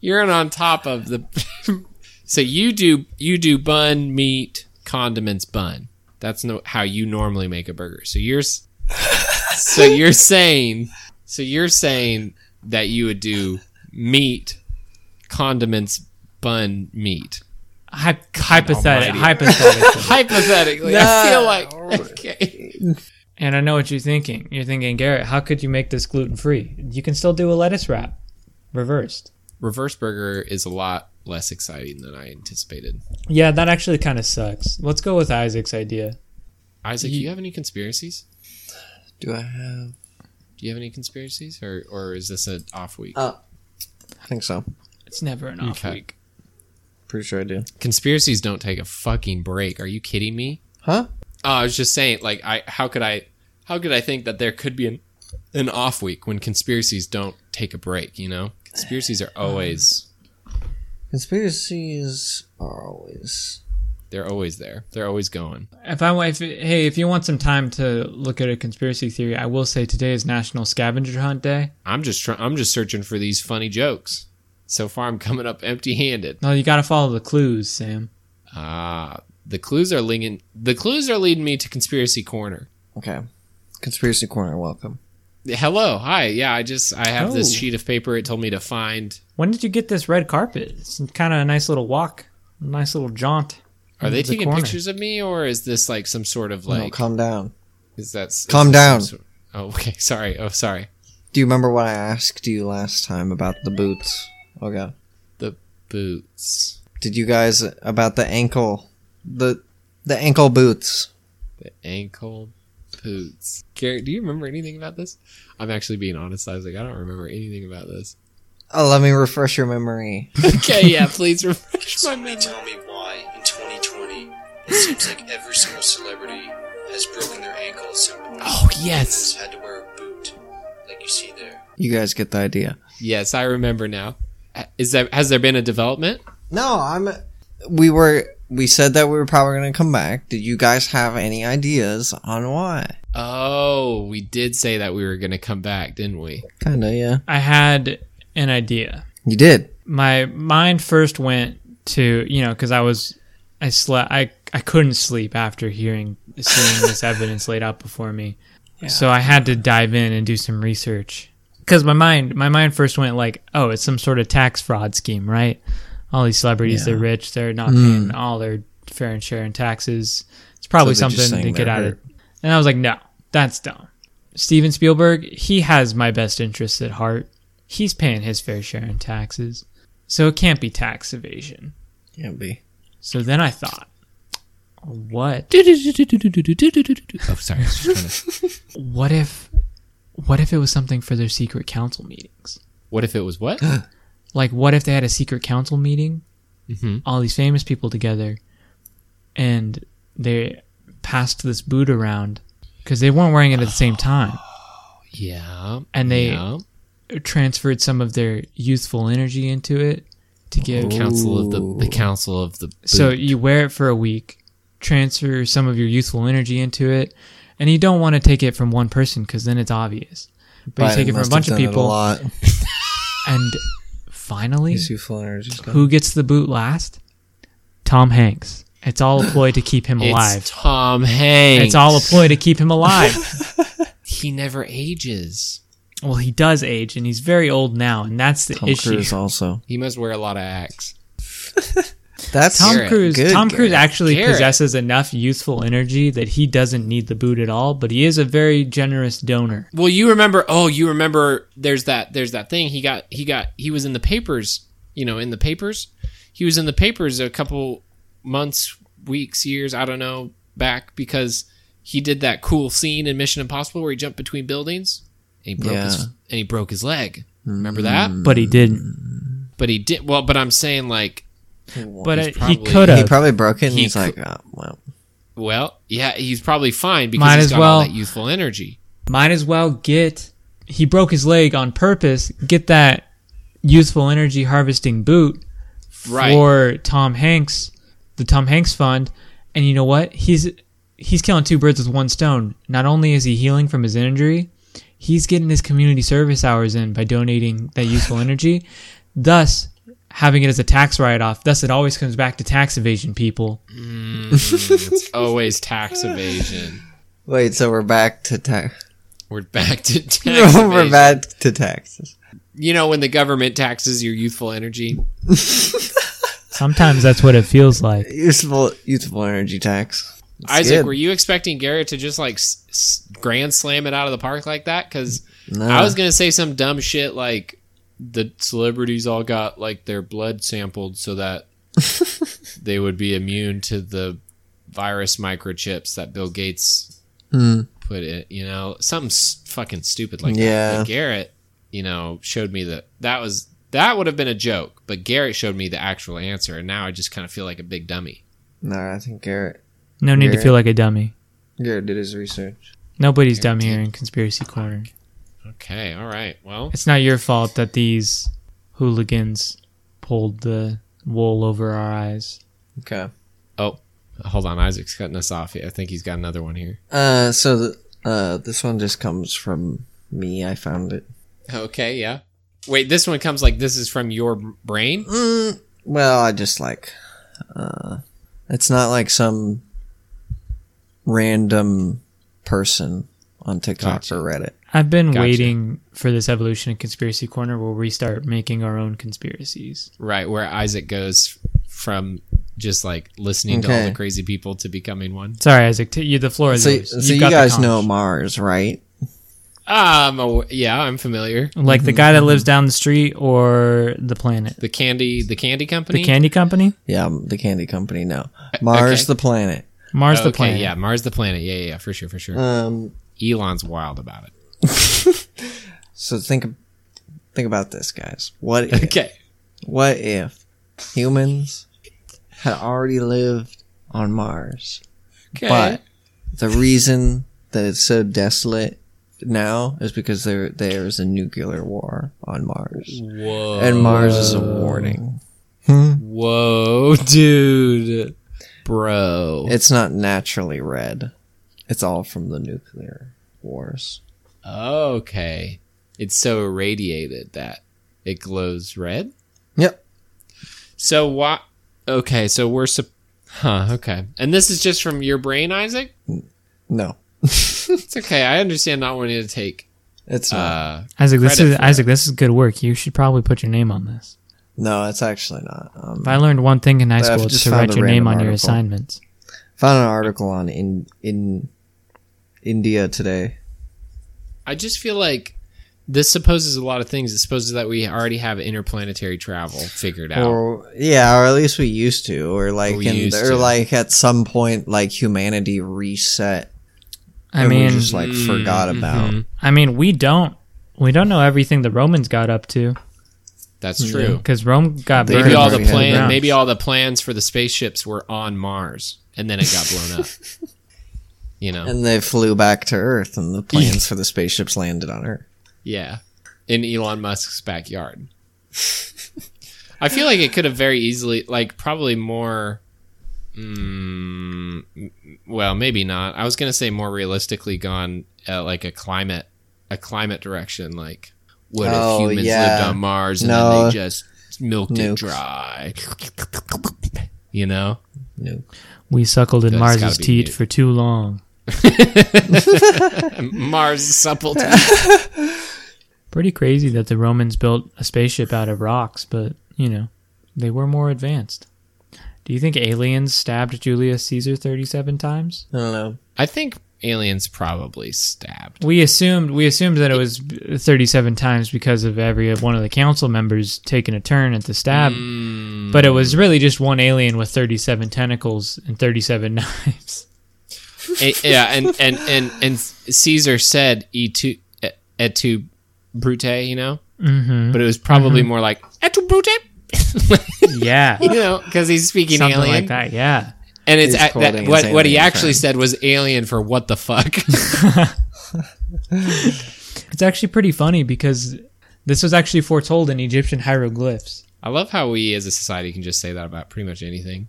Speaker 3: You're an on top of the. So you do you do bun, meat, condiments, bun. That's no how you normally make a burger. So you're s- so you're saying so you're saying that you would do meat, condiments, bun, meat.
Speaker 1: Hy- hypothetic,
Speaker 3: almighty.
Speaker 1: hypothetically.
Speaker 3: Hypothetically, I feel like okay.
Speaker 1: and I know what you're thinking. You're thinking, Garrett, how could you make this gluten free? You can still do a lettuce wrap, reversed.
Speaker 3: Reverse burger is a lot less exciting than I anticipated.
Speaker 1: Yeah, that actually kind of sucks. Let's go with Isaac's idea.
Speaker 3: Isaac, do you have any conspiracies?
Speaker 2: Do I have?
Speaker 3: Do you have any conspiracies, or or is this an off week?
Speaker 2: I think so.
Speaker 1: It's never an Uh, off
Speaker 3: Okay.
Speaker 1: week.
Speaker 2: Pretty sure I do.
Speaker 3: Conspiracies don't take a fucking break. Are you kidding me?
Speaker 2: Huh?
Speaker 3: Oh, I was just saying, like, I how could I how could I think that there could be an an off week when conspiracies don't take a break? You know, conspiracies are always
Speaker 2: Conspiracies are always.
Speaker 3: they're always there. They're always going.
Speaker 1: If I wa- if hey, if you want some time to look at a conspiracy theory, I will say today is National Scavenger Hunt Day.
Speaker 3: I'm just trying. I'm just searching for these funny jokes. So far, I'm coming up empty-handed.
Speaker 1: No, you got to follow the clues, Sam.
Speaker 3: Ah, the clues are leading. The clues are leading me to conspiracy corner.
Speaker 2: Okay. Conspiracy corner, welcome.
Speaker 3: Hello, hi. Yeah, I just I have this
Speaker 1: Oh.
Speaker 3: sheet of paper. It told me to find.
Speaker 1: When did you get this red carpet? It's kind of a nice little walk, a nice little jaunt.
Speaker 3: Are they
Speaker 1: into Mm, the
Speaker 3: taking
Speaker 1: corner.
Speaker 3: pictures of me, or is this like some sort of
Speaker 2: no,
Speaker 3: like?
Speaker 2: calm down.
Speaker 3: is that is
Speaker 2: calm
Speaker 3: this some
Speaker 2: down.
Speaker 3: sort- oh, okay. Sorry. Oh, sorry.
Speaker 2: Do you remember what I asked you last time about the boots? Oh god.
Speaker 3: The boots.
Speaker 2: Did you guys about the ankle the the ankle boots?
Speaker 3: The ankle boots. Garrett, do you remember anything about this? I'm actually being honest. I was like, I don't remember anything about this.
Speaker 2: Oh, let me refresh your memory.
Speaker 3: Okay, yeah. Please refresh my
Speaker 4: Somebody
Speaker 3: memory.
Speaker 4: tell me why, in 2020, it seems like every single celebrity has broken their ankle at some point.
Speaker 3: Oh yes,
Speaker 4: Has had to wear a boot, like you see there.
Speaker 2: You guys get the idea.
Speaker 3: yes. I remember now. Uh, Is that has there been a development?
Speaker 2: No, I'm we were we said that we were probably going to come back. Did you guys have any ideas on why?
Speaker 3: Oh, we did say that we were going to come back, didn't we?
Speaker 2: Kind of, yeah.
Speaker 1: I had an idea.
Speaker 2: You did.
Speaker 1: My mind first went to you know because I was I slept I I couldn't sleep after hearing seeing this evidence laid out before me, so I had to dive in and do some research because my mind my mind first went like oh it's some sort of tax fraud scheme right all these celebrities they're rich they're not paying all their fair and share in taxes it's probably
Speaker 2: Mm. So they're just
Speaker 1: something to
Speaker 2: saying
Speaker 1: get
Speaker 2: they're
Speaker 1: out of
Speaker 2: hurt.
Speaker 1: and I was like no that's dumb Steven Spielberg he has my best interests at heart he's paying his fair share in taxes so it can't be tax evasion
Speaker 2: Can't be.
Speaker 1: so then I thought what
Speaker 3: Oh, sorry. I was just trying to-
Speaker 1: what if what if it was something for their secret council meetings
Speaker 3: What if it was what?
Speaker 1: like what if they had a secret council meeting
Speaker 3: Mhm.
Speaker 1: all these famous people together and they passed this boot around because they weren't wearing it at the same time
Speaker 3: Yeah.
Speaker 1: and they
Speaker 3: yeah.
Speaker 1: transferred some of their youthful energy into it to give
Speaker 3: Council of the the Council of the
Speaker 1: so
Speaker 3: Boot.
Speaker 1: you wear it for a week transfer some of your youthful energy into it and you don't want to take it from one person because then it's obvious but you take it from a bunch of people
Speaker 2: lot.
Speaker 1: and finally
Speaker 2: These youthful energies gone.
Speaker 1: Who gets the boot last? Tom Hanks. It's all a ploy to keep him alive.
Speaker 3: It's Tom Hanks.
Speaker 1: It's all a ploy to keep him alive.
Speaker 3: He never ages.
Speaker 1: well, he does age, and he's very old now, and that's the
Speaker 2: Tom
Speaker 1: issue.
Speaker 2: Cruise also.
Speaker 3: He must wear a lot of axe.
Speaker 2: That's
Speaker 1: Tom
Speaker 3: Garrett.
Speaker 1: Cruise.
Speaker 2: Good
Speaker 1: Tom Cruise
Speaker 2: Garrett.
Speaker 1: actually
Speaker 3: Garrett.
Speaker 1: possesses enough youthful energy that he doesn't need the boot at all. But he is a very generous donor.
Speaker 3: Well, you remember? Oh, you remember? There's that. There's that thing. He got. He got. He was in the papers. You know, in the papers. He was in the papers a couple months, weeks, years. I don't know back because he did that cool scene in Mission Impossible where he jumped between buildings and he broke his
Speaker 2: Yeah.
Speaker 3: and he broke his leg. Remember that?
Speaker 1: But he didn't.
Speaker 3: But he did. Well, but I'm saying like,
Speaker 1: But uh,
Speaker 3: he's
Speaker 1: it- he
Speaker 3: probably-
Speaker 1: could
Speaker 2: He
Speaker 1: have.
Speaker 2: probably broke it and
Speaker 3: He
Speaker 2: he's
Speaker 3: cou-
Speaker 2: like, oh, well.
Speaker 3: well, yeah, he's probably fine because
Speaker 1: Might
Speaker 3: he's
Speaker 1: as
Speaker 3: got all
Speaker 1: well.
Speaker 3: that youthful energy.
Speaker 1: Might as well get. He broke his leg on purpose. Get that youthful energy harvesting boot.
Speaker 3: Right.
Speaker 1: for Tom Hanks, the Tom Hanks Fund, and you know what? He's he's killing two birds with one stone. Not only is he healing from his injury, he's getting his community service hours in by donating that useful energy. Thus, having it as a tax write-off. Thus, it always comes back to tax evasion, people.
Speaker 3: It's always tax evasion.
Speaker 2: Wait, so we're back to tax.
Speaker 3: We're back to tax
Speaker 2: we're
Speaker 3: evasion.
Speaker 2: back to taxes.
Speaker 3: You know when the government taxes your youthful energy?
Speaker 1: Sometimes that's what it feels like.
Speaker 2: Useful, useful energy tax. It's
Speaker 3: Isaac,
Speaker 2: good.
Speaker 3: were you expecting Garrett to just like s- s- grand slam it out of the park like that? Because
Speaker 2: No.
Speaker 3: I was gonna say some dumb shit like the celebrities all got like their blood sampled so that they would be immune to the virus microchips that Bill Gates
Speaker 2: Hmm.
Speaker 3: put in. You know, something s- fucking stupid like that.
Speaker 2: Yeah.
Speaker 3: But Garrett, you know, showed me that that was that would have been a joke, but Garrett showed me the actual answer, and now I just kind of feel like a big dummy.
Speaker 2: No, I think Garrett.
Speaker 1: No need to
Speaker 2: Garrett.
Speaker 1: feel like a dummy.
Speaker 2: Garrett did his research.
Speaker 1: Nobody's dumb here in conspiracy corner.
Speaker 3: Okay, all right, well.
Speaker 1: It's not your fault that these hooligans pulled the wool over our eyes.
Speaker 2: Okay.
Speaker 3: oh, Hold on, Isaac's cutting us off. I think he's got another one here.
Speaker 2: Uh, so the, uh, this one just comes from me. I found it.
Speaker 3: Okay, yeah. Wait, this one comes like this is from your brain?
Speaker 2: Mm, well, I just like. Uh, it's not like some random person on TikTok
Speaker 3: Gotcha.
Speaker 2: or Reddit.
Speaker 1: I've been
Speaker 3: Gotcha.
Speaker 1: waiting for this evolution of conspiracy corner where we start making our own conspiracies.
Speaker 3: Right, where Isaac goes from just like listening to all
Speaker 2: Okay.
Speaker 3: the crazy people to becoming one.
Speaker 1: Sorry, Isaac. T- you, the floor is
Speaker 2: So,
Speaker 1: yours.
Speaker 2: so you
Speaker 1: got the
Speaker 2: guys
Speaker 1: conch.
Speaker 2: know Mars, right?
Speaker 3: Um, aw- yeah, I'm familiar.
Speaker 1: like
Speaker 2: Mhm,
Speaker 1: the guy that lives down the street or the planet,
Speaker 3: The candy, the candy company?
Speaker 1: the candy company,
Speaker 2: Yeah, um, the candy company. No, Mars,
Speaker 3: okay.
Speaker 2: the planet.
Speaker 1: Mars,
Speaker 3: Oh,
Speaker 1: the
Speaker 3: okay,
Speaker 1: planet. Uh.
Speaker 3: Yeah, Mars the planet. Yeah, yeah, yeah, for sure, for sure.
Speaker 2: Um,
Speaker 3: Elon's wild about it.
Speaker 2: so think, think about this, guys. What if,
Speaker 3: Okay.
Speaker 2: what if humans had already lived on Mars?
Speaker 3: okay.
Speaker 2: But the reason that it's so desolate now is because there there is a nuclear war on Mars,
Speaker 3: Whoa.
Speaker 2: and Mars is a warning.
Speaker 3: Whoa, dude. Bro.
Speaker 2: It's not naturally red; it's all from the nuclear wars.
Speaker 3: Okay. It's so irradiated that it glows red.
Speaker 2: Yep.
Speaker 3: So why? Okay, so we're sup. Huh. Okay, and this is just from your brain, Isaac.
Speaker 2: No,
Speaker 3: It's okay. I understand not wanting to take.
Speaker 2: it's not.
Speaker 3: Uh,
Speaker 1: Isaac, this
Speaker 3: Credit
Speaker 1: is
Speaker 3: for
Speaker 1: Isaac. This is good work. You should probably put your name on this.
Speaker 2: no, it's actually not. Um,
Speaker 1: If I learned one thing in high
Speaker 2: I've
Speaker 1: school, it's
Speaker 2: just
Speaker 1: to
Speaker 2: found
Speaker 1: write
Speaker 2: a
Speaker 1: your name
Speaker 2: random
Speaker 1: on your
Speaker 2: article.
Speaker 1: assignments.
Speaker 2: found an article on in in India today.
Speaker 3: I just feel like this supposes a lot of things. It supposes that we already have interplanetary travel figured out.
Speaker 2: Or yeah, or at least we used to, or like,
Speaker 3: We
Speaker 2: in,
Speaker 3: used
Speaker 2: or
Speaker 3: to.
Speaker 2: like at some point, like humanity reset.
Speaker 1: I
Speaker 2: and we
Speaker 1: mean,
Speaker 2: just like
Speaker 3: Mm-hmm.
Speaker 2: forgot about.
Speaker 3: mhm.
Speaker 1: I mean, we don't we don't know everything the Romans got up to
Speaker 3: That's true.
Speaker 1: because Rome got
Speaker 2: They
Speaker 1: burned.
Speaker 3: Maybe all
Speaker 2: Already
Speaker 3: the
Speaker 2: had it
Speaker 3: plan.
Speaker 2: down.
Speaker 3: Maybe all the plans for the spaceships were on Mars, and then it got blown up. You know.
Speaker 2: Oh. And they flew back to Earth, and the plans for the spaceships landed on Earth.
Speaker 3: Yeah. In Elon Musk's backyard. I feel like it could have very easily, like, probably more. Mm, well, maybe not. I was gonna say more realistically gone uh, like a climate, a climate direction. Like, what
Speaker 2: Oh,
Speaker 3: if humans
Speaker 2: yeah.
Speaker 3: lived on Mars and then
Speaker 2: No.
Speaker 3: they just milked it
Speaker 2: Nukes.
Speaker 3: dry? You know,
Speaker 2: No.
Speaker 1: we suckled in
Speaker 3: That's
Speaker 1: Mars's
Speaker 3: gotta be
Speaker 1: teat
Speaker 3: mute.
Speaker 1: for too long.
Speaker 3: Mars is supple.
Speaker 1: Pretty crazy that the Romans built a spaceship out of rocks, but you know, they were more advanced. Do you think aliens stabbed Julius Caesar 37 times?
Speaker 2: I don't know.
Speaker 3: I think aliens probably stabbed.
Speaker 1: We assumed we assumed that it was 37 times because of every one of the council members taking a turn at the stab, but it
Speaker 3: Hmm.
Speaker 1: was really just one alien with 37 tentacles and 37 knives.
Speaker 3: Eh, yeah, and and and and Caesar said "E tu et- et tu brute," you know,
Speaker 1: Mhm.
Speaker 3: but it was probably
Speaker 1: Mm-hmm.
Speaker 3: more like "et tu brute,"
Speaker 1: Yeah.
Speaker 3: you know, because he's speaking
Speaker 1: Something
Speaker 3: alien,
Speaker 1: like that. Yeah.
Speaker 3: and it's
Speaker 2: He's
Speaker 3: a- that-
Speaker 2: quoting
Speaker 3: what
Speaker 2: his
Speaker 3: what he
Speaker 2: alien
Speaker 3: actually
Speaker 2: friend.
Speaker 3: said was alien for what the fuck.
Speaker 1: It's actually pretty funny because this was actually foretold in Egyptian hieroglyphs.
Speaker 3: I love how we as a society can just say that about pretty much anything,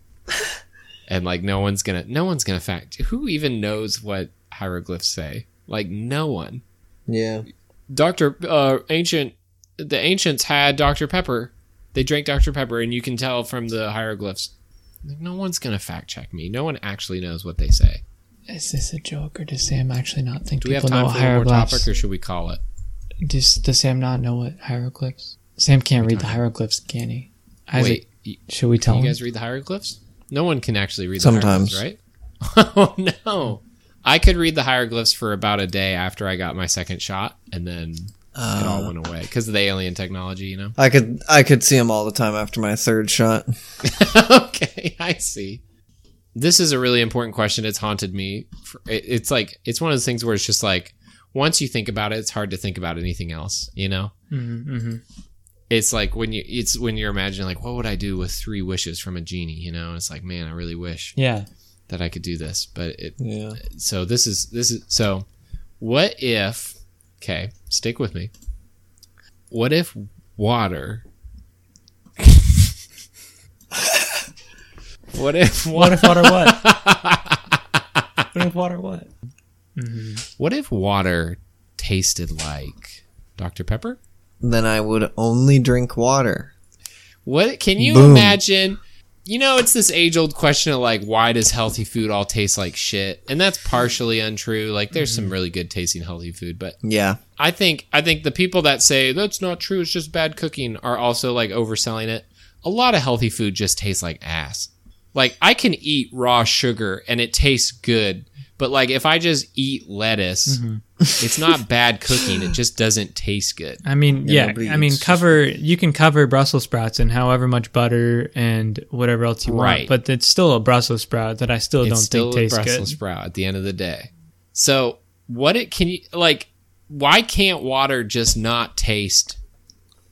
Speaker 3: and like no one's gonna no one's gonna fact who even knows what hieroglyphs say. Like no one.
Speaker 2: Yeah.
Speaker 3: Doctor uh, ancient the ancients had Dr Pepper They drank Dr. Pepper, and you can tell from the hieroglyphs. Like, no one's gonna fact check me. No one actually knows what they say.
Speaker 1: Is this a joke, or does Sam actually not think
Speaker 3: Do we
Speaker 1: people
Speaker 3: have time
Speaker 1: know
Speaker 3: for one more
Speaker 1: hieroglyphs?
Speaker 3: topic, or should we call it?
Speaker 1: Does, does Sam not know what hieroglyphs? Sam can't read the hieroglyphs, can he? Isaac,
Speaker 3: Wait, y-
Speaker 1: should we tell
Speaker 3: you
Speaker 1: him?
Speaker 3: guys read the hieroglyphs? No one can actually read the
Speaker 2: Sometimes.
Speaker 3: hieroglyphs, right? oh no. I could read the hieroglyphs for about a day after I got my second shot, and then it all went away because of the alien technology, you know.
Speaker 2: I could I could see him all the time after my third shot.
Speaker 3: okay, I see. This is a really important question. It's haunted me. for- it- It's like it's one of those things where it's just like once you think about it, it's hard to think about anything else. You know,
Speaker 1: mm-hmm.
Speaker 3: it's like when you it's when you're imagining like what would I do with three wishes from a genie? You know, and it's like man, I really wish
Speaker 1: Yeah.
Speaker 3: that I could do this, but it
Speaker 2: Yeah.
Speaker 3: so this is this is so what if okay stick with me what if water what if
Speaker 1: What
Speaker 3: water
Speaker 1: if water what? what if water what?
Speaker 3: what if water tasted like dr pepper
Speaker 2: Then I would only drink water.
Speaker 3: what can you
Speaker 2: Boom.
Speaker 3: imagine you know it's this age-old question of like why does healthy food all taste like shit and that's partially untrue like there's some really good tasting healthy food but
Speaker 2: Yeah.
Speaker 3: I think I think the people that say that's not true, it's just bad cooking are also like overselling it. A lot of healthy food just tastes like ass. Like I can eat raw sugar and it tastes good, but like if I just eat lettuce,
Speaker 1: Mm-hmm.
Speaker 3: it's not bad cooking. It just doesn't taste good.
Speaker 1: I mean,
Speaker 2: Yeah,
Speaker 1: yeah.
Speaker 2: nobody
Speaker 1: I mean,
Speaker 2: eats-
Speaker 1: cover. You can cover Brussels sprouts in however much butter and whatever else you want,
Speaker 3: Right.
Speaker 1: but it's still a Brussels sprout that I still don't
Speaker 3: it's still
Speaker 1: think
Speaker 3: a
Speaker 1: tastes good.
Speaker 3: Brussels sprout at the end of the day. So what it can you like? Why can't water just not taste?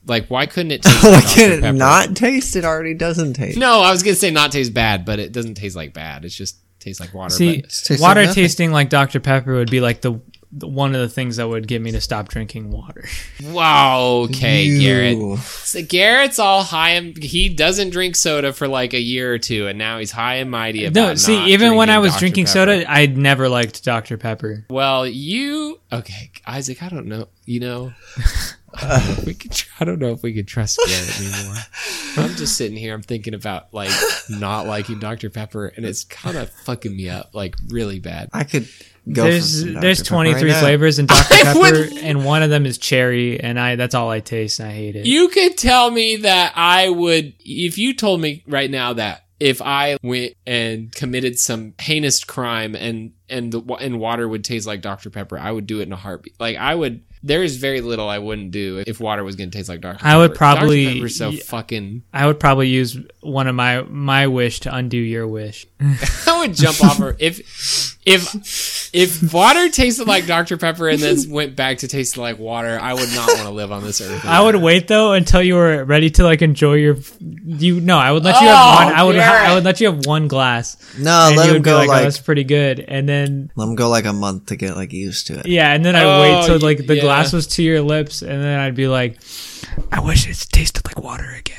Speaker 3: Like why couldn't it taste?
Speaker 2: Why
Speaker 3: like Dr.
Speaker 2: can it
Speaker 3: Pepper?
Speaker 2: not taste? It already doesn't taste.
Speaker 3: No, I was gonna say not taste bad, but it doesn't taste like bad. It just tastes like water.
Speaker 1: See,
Speaker 3: but
Speaker 2: tastes
Speaker 1: water
Speaker 2: like nothing.
Speaker 1: tasting like Dr Pepper would be like the, the one of the things that would get me to stop drinking water.
Speaker 3: wow, okay,
Speaker 2: Ew.
Speaker 3: Garrett. So Garrett's all high and he doesn't drink soda for like a year or two, and now he's high and mighty about.
Speaker 1: no, see,
Speaker 3: not
Speaker 1: even when I was
Speaker 3: Dr.
Speaker 1: drinking
Speaker 3: Pepper.
Speaker 1: soda, I never liked Dr Pepper.
Speaker 3: well, you okay, Isaac? I don't know. You know, I don't know if we could. tr- I don't know if we could trust Garrett anymore. I'm just sitting here. I'm thinking about like not liking Dr Pepper, and it's kind of fucking me up, like really bad.
Speaker 2: I could go.
Speaker 1: there's
Speaker 2: for some Dr.
Speaker 1: there's
Speaker 2: Pepper
Speaker 1: 23
Speaker 2: right now.
Speaker 1: flavors in Dr
Speaker 3: I
Speaker 1: Pepper,
Speaker 3: would-
Speaker 1: and one of them is cherry, and I that's all I taste, and I hate it.
Speaker 3: You could tell me that I would, if you told me right now that if I went and committed some heinous crime and and the wa- and water would taste like Dr Pepper, I would do it in a heartbeat. Like I would. There is very little I wouldn't do if water was going to taste like Dr. Pepper.
Speaker 1: I would probably-
Speaker 3: Dr. Pepper's so
Speaker 1: yeah.
Speaker 3: fucking.
Speaker 1: I would probably use one of my my wish to undo your wish.
Speaker 3: I would jump off her if if if water tasted like Dr Pepper and then went back to taste like water. I would not want to live on this earth.
Speaker 1: I would wait though until you were ready to like enjoy your you no, I would let you
Speaker 3: Oh,
Speaker 1: have one I would ha- I
Speaker 3: Garrett.
Speaker 1: would let you have one glass
Speaker 2: No,
Speaker 1: and
Speaker 2: let
Speaker 1: you
Speaker 2: him
Speaker 1: would be
Speaker 2: go
Speaker 1: like,
Speaker 2: like,
Speaker 1: "Oh, that's pretty good." And then
Speaker 2: let him go like a month to get like used to it.
Speaker 1: yeah, and then I
Speaker 3: Oh,
Speaker 1: wait till
Speaker 3: y-
Speaker 1: like the
Speaker 3: yeah.
Speaker 1: glass was to your lips and then I'd be like, "I wish it tasted like water again."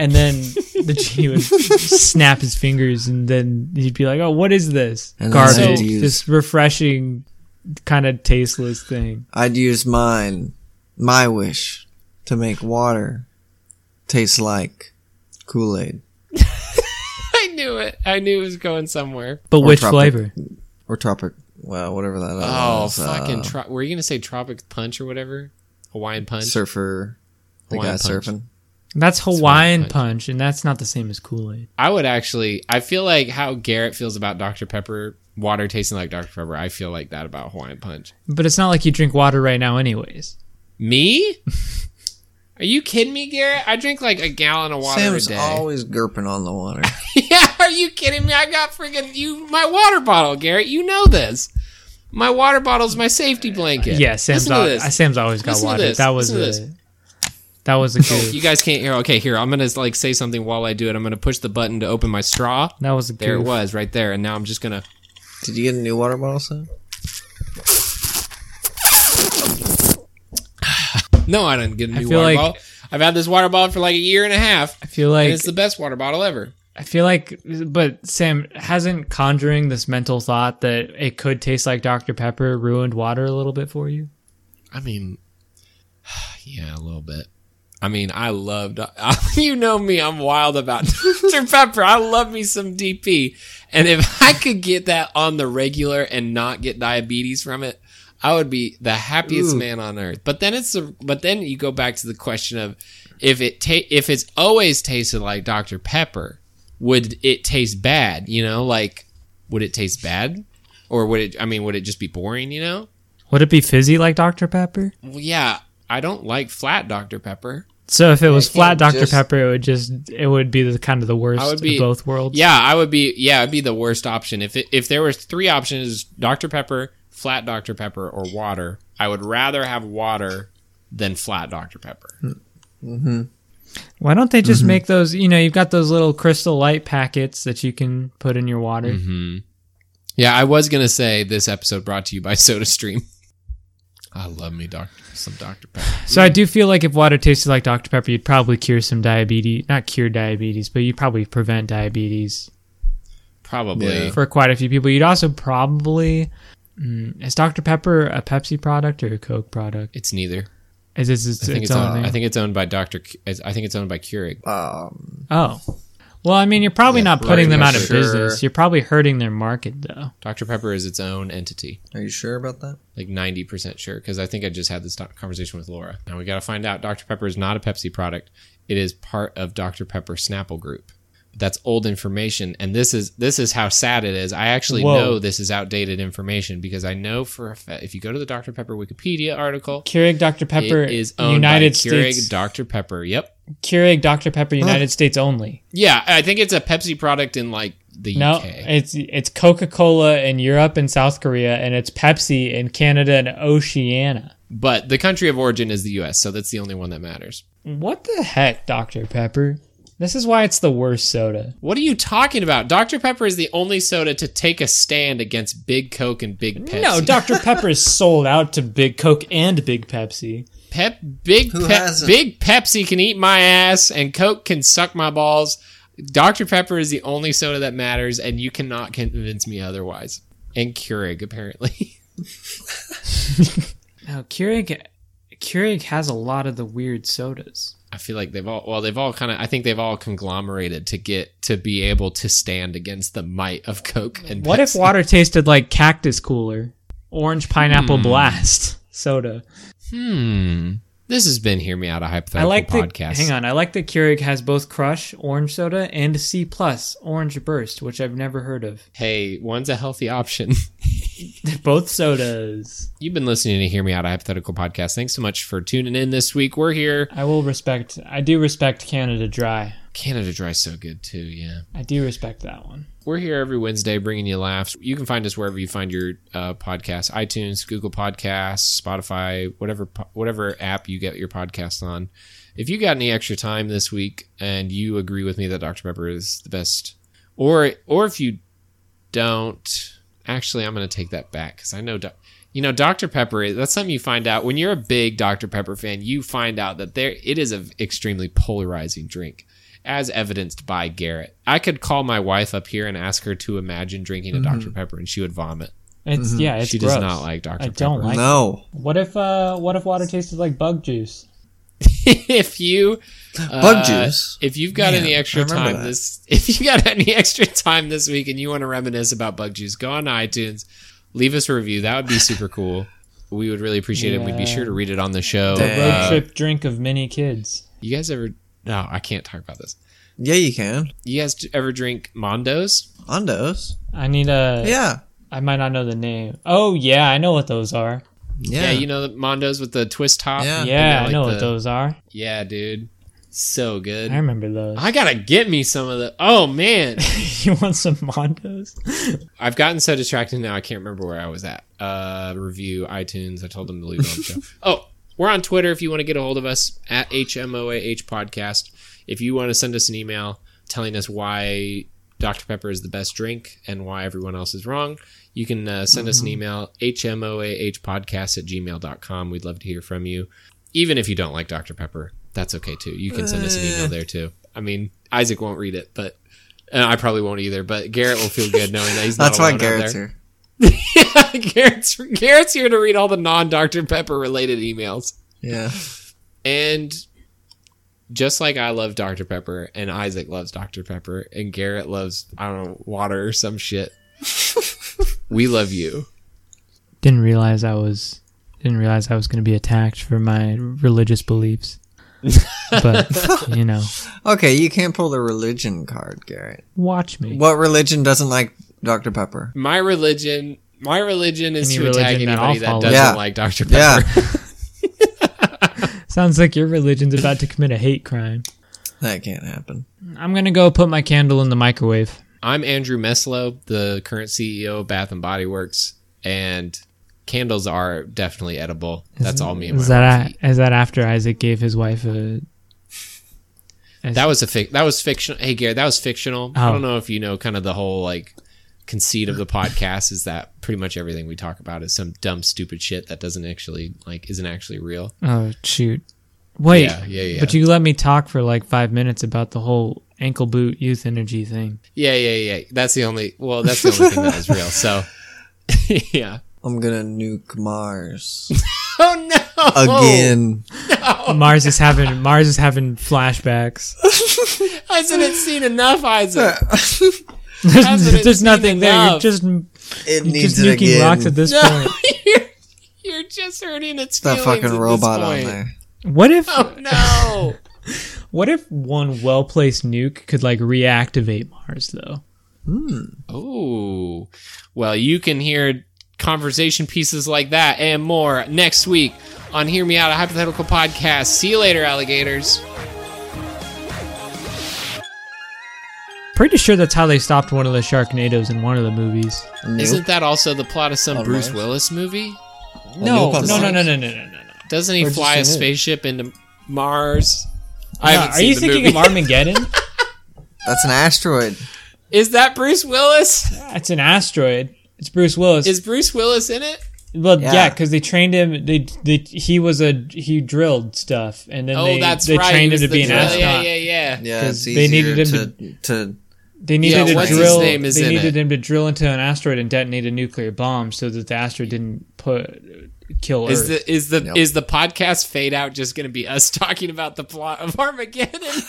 Speaker 1: And then the genie would snap his fingers and then he'd be like, "Oh, what is this?
Speaker 2: And then
Speaker 1: Garbage.
Speaker 2: I'd use-
Speaker 1: this refreshing kind of tasteless thing."
Speaker 2: I'd use mine, my wish, to make water taste like Kool Aid
Speaker 3: I knew it. I knew it was going somewhere.
Speaker 1: But
Speaker 2: Or
Speaker 1: which
Speaker 2: tropic-
Speaker 1: flavor?
Speaker 2: or Tropic, well, whatever that
Speaker 3: Oh,
Speaker 2: is.
Speaker 3: fucking!
Speaker 2: uh,
Speaker 3: Tro- were you gonna say Tropic Punch or whatever? Hawaiian Punch.
Speaker 2: surfer, the
Speaker 3: Hawaiian
Speaker 2: guy
Speaker 3: Punch.
Speaker 2: surfing.
Speaker 1: That's Hawaiian
Speaker 3: punch.
Speaker 1: punch. and that's not the same as Kool Aid.
Speaker 3: I would actually. I feel like how Garrett feels about Dr Pepper water tasting like Dr Pepper. I feel like that about Hawaiian Punch.
Speaker 1: But it's not like you drink water right now, anyways.
Speaker 3: Me? Are you kidding me, Garrett? I drink like a gallon of water
Speaker 2: Sam's
Speaker 3: a day.
Speaker 2: always gurping on the water.
Speaker 3: yeah, are you kidding me? I got freaking you my water bottle, Garrett. You know this. My water bottle's my safety blanket.
Speaker 1: Yeah, Sam's
Speaker 3: Listen to
Speaker 1: al-
Speaker 3: this.
Speaker 1: Sam's always got
Speaker 3: Listen to
Speaker 1: water.
Speaker 3: this.
Speaker 1: That was a
Speaker 3: Listen to
Speaker 1: that was a good
Speaker 3: You guys can't hear. Okay, here I'm gonna like say something while I do it. I'm gonna push the button to open my straw.
Speaker 1: that was a
Speaker 3: There it
Speaker 1: goof.
Speaker 3: was, right there. And now I'm just gonna.
Speaker 2: Did you get a new water bottle, Sam?
Speaker 3: No, I didn't get a new
Speaker 1: feel
Speaker 3: water
Speaker 1: like-
Speaker 3: bottle. I've had this water bottle for like a year and a half,
Speaker 1: I feel
Speaker 3: and
Speaker 1: like
Speaker 3: it's the best water bottle ever.
Speaker 1: I feel like, but Sam hasn't conjuring this mental thought that it could taste like Dr Pepper ruined water a little bit for you.
Speaker 3: I mean, yeah, a little bit. I mean, I loved, you know me, I'm wild about Dr. Pepper. I love me some DP. And if I could get that on the regular and not get diabetes from it, I would be the happiest man on earth. But then it's, the but then you go back to the question of if it, ta- if it's always tasted like Dr. Pepper, would it taste bad? You know, like, would it taste bad? Or would it, I mean, would it just be boring, you know?
Speaker 1: Would it be fizzy like Dr. Pepper?
Speaker 3: Well, yeah, I don't like flat Dr. Pepper.
Speaker 1: So if it was
Speaker 2: it
Speaker 1: flat
Speaker 2: would
Speaker 1: Dr.
Speaker 2: just-
Speaker 1: Pepper, it would just it would be the kind of the worst
Speaker 3: I would be-
Speaker 1: of both worlds.
Speaker 3: Yeah, I would be. Yeah, it'd be the worst option. If it, if there was three options, Dr Pepper, flat Dr Pepper, or water, I would rather have water than flat Dr Pepper.
Speaker 1: Why don't they just make those? You know, you've got those little crystal light packets that you can put in your water.
Speaker 3: Yeah, I was gonna say this episode brought to you by SodaStream. I love me Dr. some Dr Pepper.
Speaker 1: So I do feel like if water tasted like Dr. Pepper, you'd probably cure some diabetes. Not cure diabetes, but you'd probably prevent diabetes
Speaker 3: Probably.
Speaker 2: Yeah.
Speaker 1: for quite a few people. You'd also probably. Mm, is Dr. Pepper a Pepsi product or a Coke product?
Speaker 3: It's neither.
Speaker 1: Is this its,
Speaker 3: I think
Speaker 1: its
Speaker 3: it's,
Speaker 1: own
Speaker 3: owned,
Speaker 1: thing?
Speaker 3: I think it's owned by Dr. Cu- I think it's owned by Keurig.
Speaker 2: Um,
Speaker 1: oh. Well, I mean, you're probably not putting
Speaker 2: right,
Speaker 1: them out of
Speaker 2: sure.
Speaker 1: business. You're probably hurting their market, though.
Speaker 3: Dr Pepper is its own entity.
Speaker 2: are you sure about that?
Speaker 3: like 90% sure because I think I just had this doc- conversation with Laura. Now we got to find out Dr. Pepper is not a Pepsi product. It is part of Dr. Pepper Snapple Group. But that's old information and this is this is how sad it is. I actually
Speaker 1: Whoa.
Speaker 3: know this is outdated information because I know for a fact if you go to the Dr. Pepper Wikipedia article,
Speaker 1: Keurig Dr. Pepper
Speaker 3: it is owned
Speaker 1: United
Speaker 3: by Keurig
Speaker 1: States.
Speaker 3: Dr. Pepper. Yep.
Speaker 1: Keurig Dr. Pepper United States only.
Speaker 3: Yeah, I think it's a Pepsi product in like the
Speaker 1: No,
Speaker 3: UK.
Speaker 1: it's it's Coca-Cola in Europe and South Korea and it's Pepsi in Canada and Oceania.
Speaker 3: But the country of origin is the US, so that's the only one that matters.
Speaker 1: What the heck, Dr. Pepper? This is why it's the worst soda.
Speaker 3: What are you talking about? Dr. Pepper is the only soda to take a stand against Big Coke and Big Pepsi.
Speaker 1: No, Dr. Pepper is sold out to Big Coke and Big Pepsi.
Speaker 3: Pep, Big
Speaker 2: Who
Speaker 3: Pep,
Speaker 2: hasn't?
Speaker 3: Big Pepsi can eat my ass, and Coke can suck my balls. Dr. Pepper is the only soda that matters, and you cannot convince me otherwise. And Keurig, apparently.
Speaker 1: Now Keurig Keurig has a lot of the weird sodas.
Speaker 3: I feel like they've all well, they've all kind of. I think they've all conglomerated to get to be able to stand against the might of Coke and.
Speaker 1: What if
Speaker 3: Pepsi.
Speaker 1: water tasted like cactus cooler? Orange pineapple blast soda.
Speaker 3: Hmm. This has been hear me out a hypothetical
Speaker 1: I like the
Speaker 3: podcast.
Speaker 1: hang on. I like that Keurig has both Crush Orange Soda and C Plus Orange Burst, which I've never heard of.
Speaker 3: Hey, one's a healthy option.
Speaker 1: They're both sodas.
Speaker 3: You've been listening to Hear Me Out, a hypothetical podcast. Thanks so much for tuning in this week. We're here.
Speaker 1: I will respect. I do respect Canada Dry.
Speaker 3: Canada Dry's so good too, yeah.
Speaker 1: I do respect that one.
Speaker 3: We're here every Wednesday bringing you laughs. You can find us wherever you find your uh, podcast iTunes, Google Podcasts, Spotify, whatever po- whatever app you get your podcast on. If you got any extra time this week and you agree with me that Dr. Pepper is the best, or or if you don't, actually, I'm going to take that back because I know, doc- you know, Dr. Pepper. is That's something you find out when you're a big Dr. Pepper fan. You find out that there it is an extremely polarizing drink, as evidenced by Garrett. I could call my wife up here and ask her to imagine drinking a Dr. Pepper, and she would vomit.
Speaker 1: It's yeah. Mm-hmm. It's
Speaker 3: Mm-hmm. she
Speaker 1: gross.
Speaker 3: does not like Dr.
Speaker 1: I
Speaker 3: Pepper.
Speaker 1: don't like-
Speaker 2: No.
Speaker 1: What if uh? What if water tasted like bug juice?
Speaker 3: if you Uh,
Speaker 2: Bug juice?
Speaker 3: if you've got
Speaker 2: Man,
Speaker 3: any extra
Speaker 2: I remember
Speaker 3: time
Speaker 2: that.
Speaker 3: this if you got any extra time this week and you want to reminisce about bug juice go on itunes leave us a review that would be super cool we would really appreciate it we'd be
Speaker 1: Yeah.
Speaker 3: sure to read it on the show
Speaker 1: The
Speaker 2: Damn.
Speaker 1: road
Speaker 2: Uh,
Speaker 1: trip drink of many kids.
Speaker 3: you guys ever no i can't talk about this
Speaker 2: Yeah, you can.
Speaker 3: you guys ever drink mondos
Speaker 2: Ondos.
Speaker 1: I need a.
Speaker 2: Yeah.
Speaker 1: I might not know the name. Oh yeah, I know what those are.
Speaker 2: Yeah.
Speaker 3: yeah, you know the mondos with the twist top
Speaker 2: Yeah.
Speaker 3: They
Speaker 1: Yeah,
Speaker 3: got,
Speaker 1: I
Speaker 3: like,
Speaker 1: know what
Speaker 3: the-
Speaker 1: those are.
Speaker 3: yeah dude so good
Speaker 1: I remember those.
Speaker 3: i gotta get me some of the oh man
Speaker 1: you want some Mondos?
Speaker 3: I've gotten so distracted now I can't remember where I was at. Uh, review iTunes. I told them to leave it on the show. Oh, we're on Twitter if you want to get a hold of us at HMOAH Podcast. If you want to send us an email telling us why Dr. Pepper is the best drink and why everyone else is wrong, you can uh, send us an email, hmoahpodcast at gmail.com. We'd love to hear from you. Even if you don't like Dr. Pepper, that's okay too. You can send us an email there too. I mean, Isaac won't read it, but. And I probably won't either, but Garrett will feel good knowing that he's not
Speaker 2: That's why
Speaker 3: alone out
Speaker 2: Garrett's
Speaker 3: there.
Speaker 2: here.
Speaker 3: Garrett's, Garrett's here to read all the non Dr. Pepper related emails.
Speaker 2: Yeah.
Speaker 3: And just like I love Dr. Pepper and Isaac loves Dr. Pepper and Garrett loves, I don't know, water or some shit. we love you.
Speaker 1: Didn't realize I was didn't realize I was going to be attacked for my religious beliefs. but you know,
Speaker 2: Okay, you can't pull the religion card, Garrett.
Speaker 1: watch me.
Speaker 2: What religion doesn't like Dr. Pepper?
Speaker 3: My religion, my religion is
Speaker 1: Any
Speaker 3: to attack
Speaker 1: religion that I'll
Speaker 3: anybody that,
Speaker 1: follow.
Speaker 3: doesn't
Speaker 2: Yeah.
Speaker 3: like Dr. Pepper.
Speaker 2: Yeah,
Speaker 1: Sounds like your religion's about to commit a hate crime.
Speaker 2: that can't happen.
Speaker 1: I'm gonna go put my candle in the microwave.
Speaker 3: I'm Andrew Meslow, the current CEO of Bath and Body Works, and candles are definitely edible. That's all me and my
Speaker 1: Is that
Speaker 3: wife
Speaker 1: a,
Speaker 3: eat.
Speaker 1: is that after Isaac gave his wife a? a-
Speaker 3: That was a fic- that was fictional. Hey Garrett, that was fictional. I
Speaker 1: Oh.
Speaker 3: don't know if you know kind of the whole like conceit of the podcast is that pretty much everything we talk about is some dumb stupid shit that doesn't actually like isn't actually real.
Speaker 1: oh shoot! Wait,
Speaker 3: Yeah, yeah, yeah.
Speaker 1: But you let me talk for like five minutes about the whole ankle boot youth energy thing.
Speaker 3: Yeah, yeah, yeah. That's the only well, that's the only thing that was real. So yeah.
Speaker 2: I'm gonna nuke Mars
Speaker 3: Oh no.
Speaker 2: again.
Speaker 1: Mars is having Mars is having flashbacks.
Speaker 3: Hasn't it seen enough, Isaac? Hasn't
Speaker 1: There's,
Speaker 3: it
Speaker 1: there's
Speaker 3: seen
Speaker 1: nothing there. You're
Speaker 3: enough?
Speaker 1: just you're
Speaker 2: It
Speaker 1: just
Speaker 2: needs it
Speaker 1: nuking
Speaker 2: again.
Speaker 1: rocks at this
Speaker 3: No,
Speaker 1: point.
Speaker 3: you're, you're just hurting its
Speaker 2: that
Speaker 3: feelings. at
Speaker 2: fucking
Speaker 3: this
Speaker 2: robot on
Speaker 3: point.
Speaker 2: there.
Speaker 1: What if
Speaker 3: Oh no!
Speaker 1: what if one well placed nuke could like reactivate Mars though?
Speaker 3: oh, well, you can hear conversation pieces like that and more next week on Hear Me Out, a hypothetical podcast. See you later, alligators.
Speaker 1: Pretty sure that's how they stopped one of the Sharknadoes in one of the movies.
Speaker 3: Isn't that also the plot of some
Speaker 2: On
Speaker 3: Bruce
Speaker 2: Mars?
Speaker 3: Willis movie?
Speaker 1: No,
Speaker 2: nuke
Speaker 3: Oh,
Speaker 2: on
Speaker 1: no, no,
Speaker 2: Mars?
Speaker 1: no, no, no, no, no, no.
Speaker 3: Doesn't he
Speaker 2: Or just
Speaker 3: fly
Speaker 2: a
Speaker 3: a
Speaker 2: nuke.
Speaker 3: spaceship into Mars? I
Speaker 1: Yeah,
Speaker 3: haven't
Speaker 1: are
Speaker 3: seen
Speaker 1: you
Speaker 3: the
Speaker 1: thinking
Speaker 3: movie.
Speaker 1: of Armageddon?
Speaker 2: That's an asteroid.
Speaker 3: Is that Bruce Willis?
Speaker 1: it's an asteroid. It's Bruce Willis.
Speaker 3: Is Bruce Willis in it?
Speaker 1: well,
Speaker 2: Yeah.
Speaker 1: yeah, because they trained him. They, they he was a he drilled stuff, and then
Speaker 3: Oh,
Speaker 1: they,
Speaker 3: that's
Speaker 1: they
Speaker 3: right.
Speaker 1: trained
Speaker 3: he
Speaker 1: him
Speaker 3: was
Speaker 1: to
Speaker 3: the
Speaker 1: be an
Speaker 3: drill-
Speaker 1: astronaut.
Speaker 3: Yeah, yeah, yeah.
Speaker 2: Yeah,
Speaker 1: 'Cause
Speaker 2: it's
Speaker 1: they
Speaker 2: easier
Speaker 1: needed
Speaker 2: to,
Speaker 1: him
Speaker 2: to.
Speaker 1: They needed
Speaker 3: what's
Speaker 1: to
Speaker 3: his
Speaker 1: drill.
Speaker 3: name is
Speaker 1: They
Speaker 3: in
Speaker 1: needed
Speaker 3: it.
Speaker 1: him to drill into an asteroid and detonate a nuclear bomb so that the asteroid didn't put kill
Speaker 3: Is
Speaker 1: Earth.
Speaker 3: the is the
Speaker 2: Nope.
Speaker 3: is the podcast fade out just going to be us talking about the plot of Armageddon?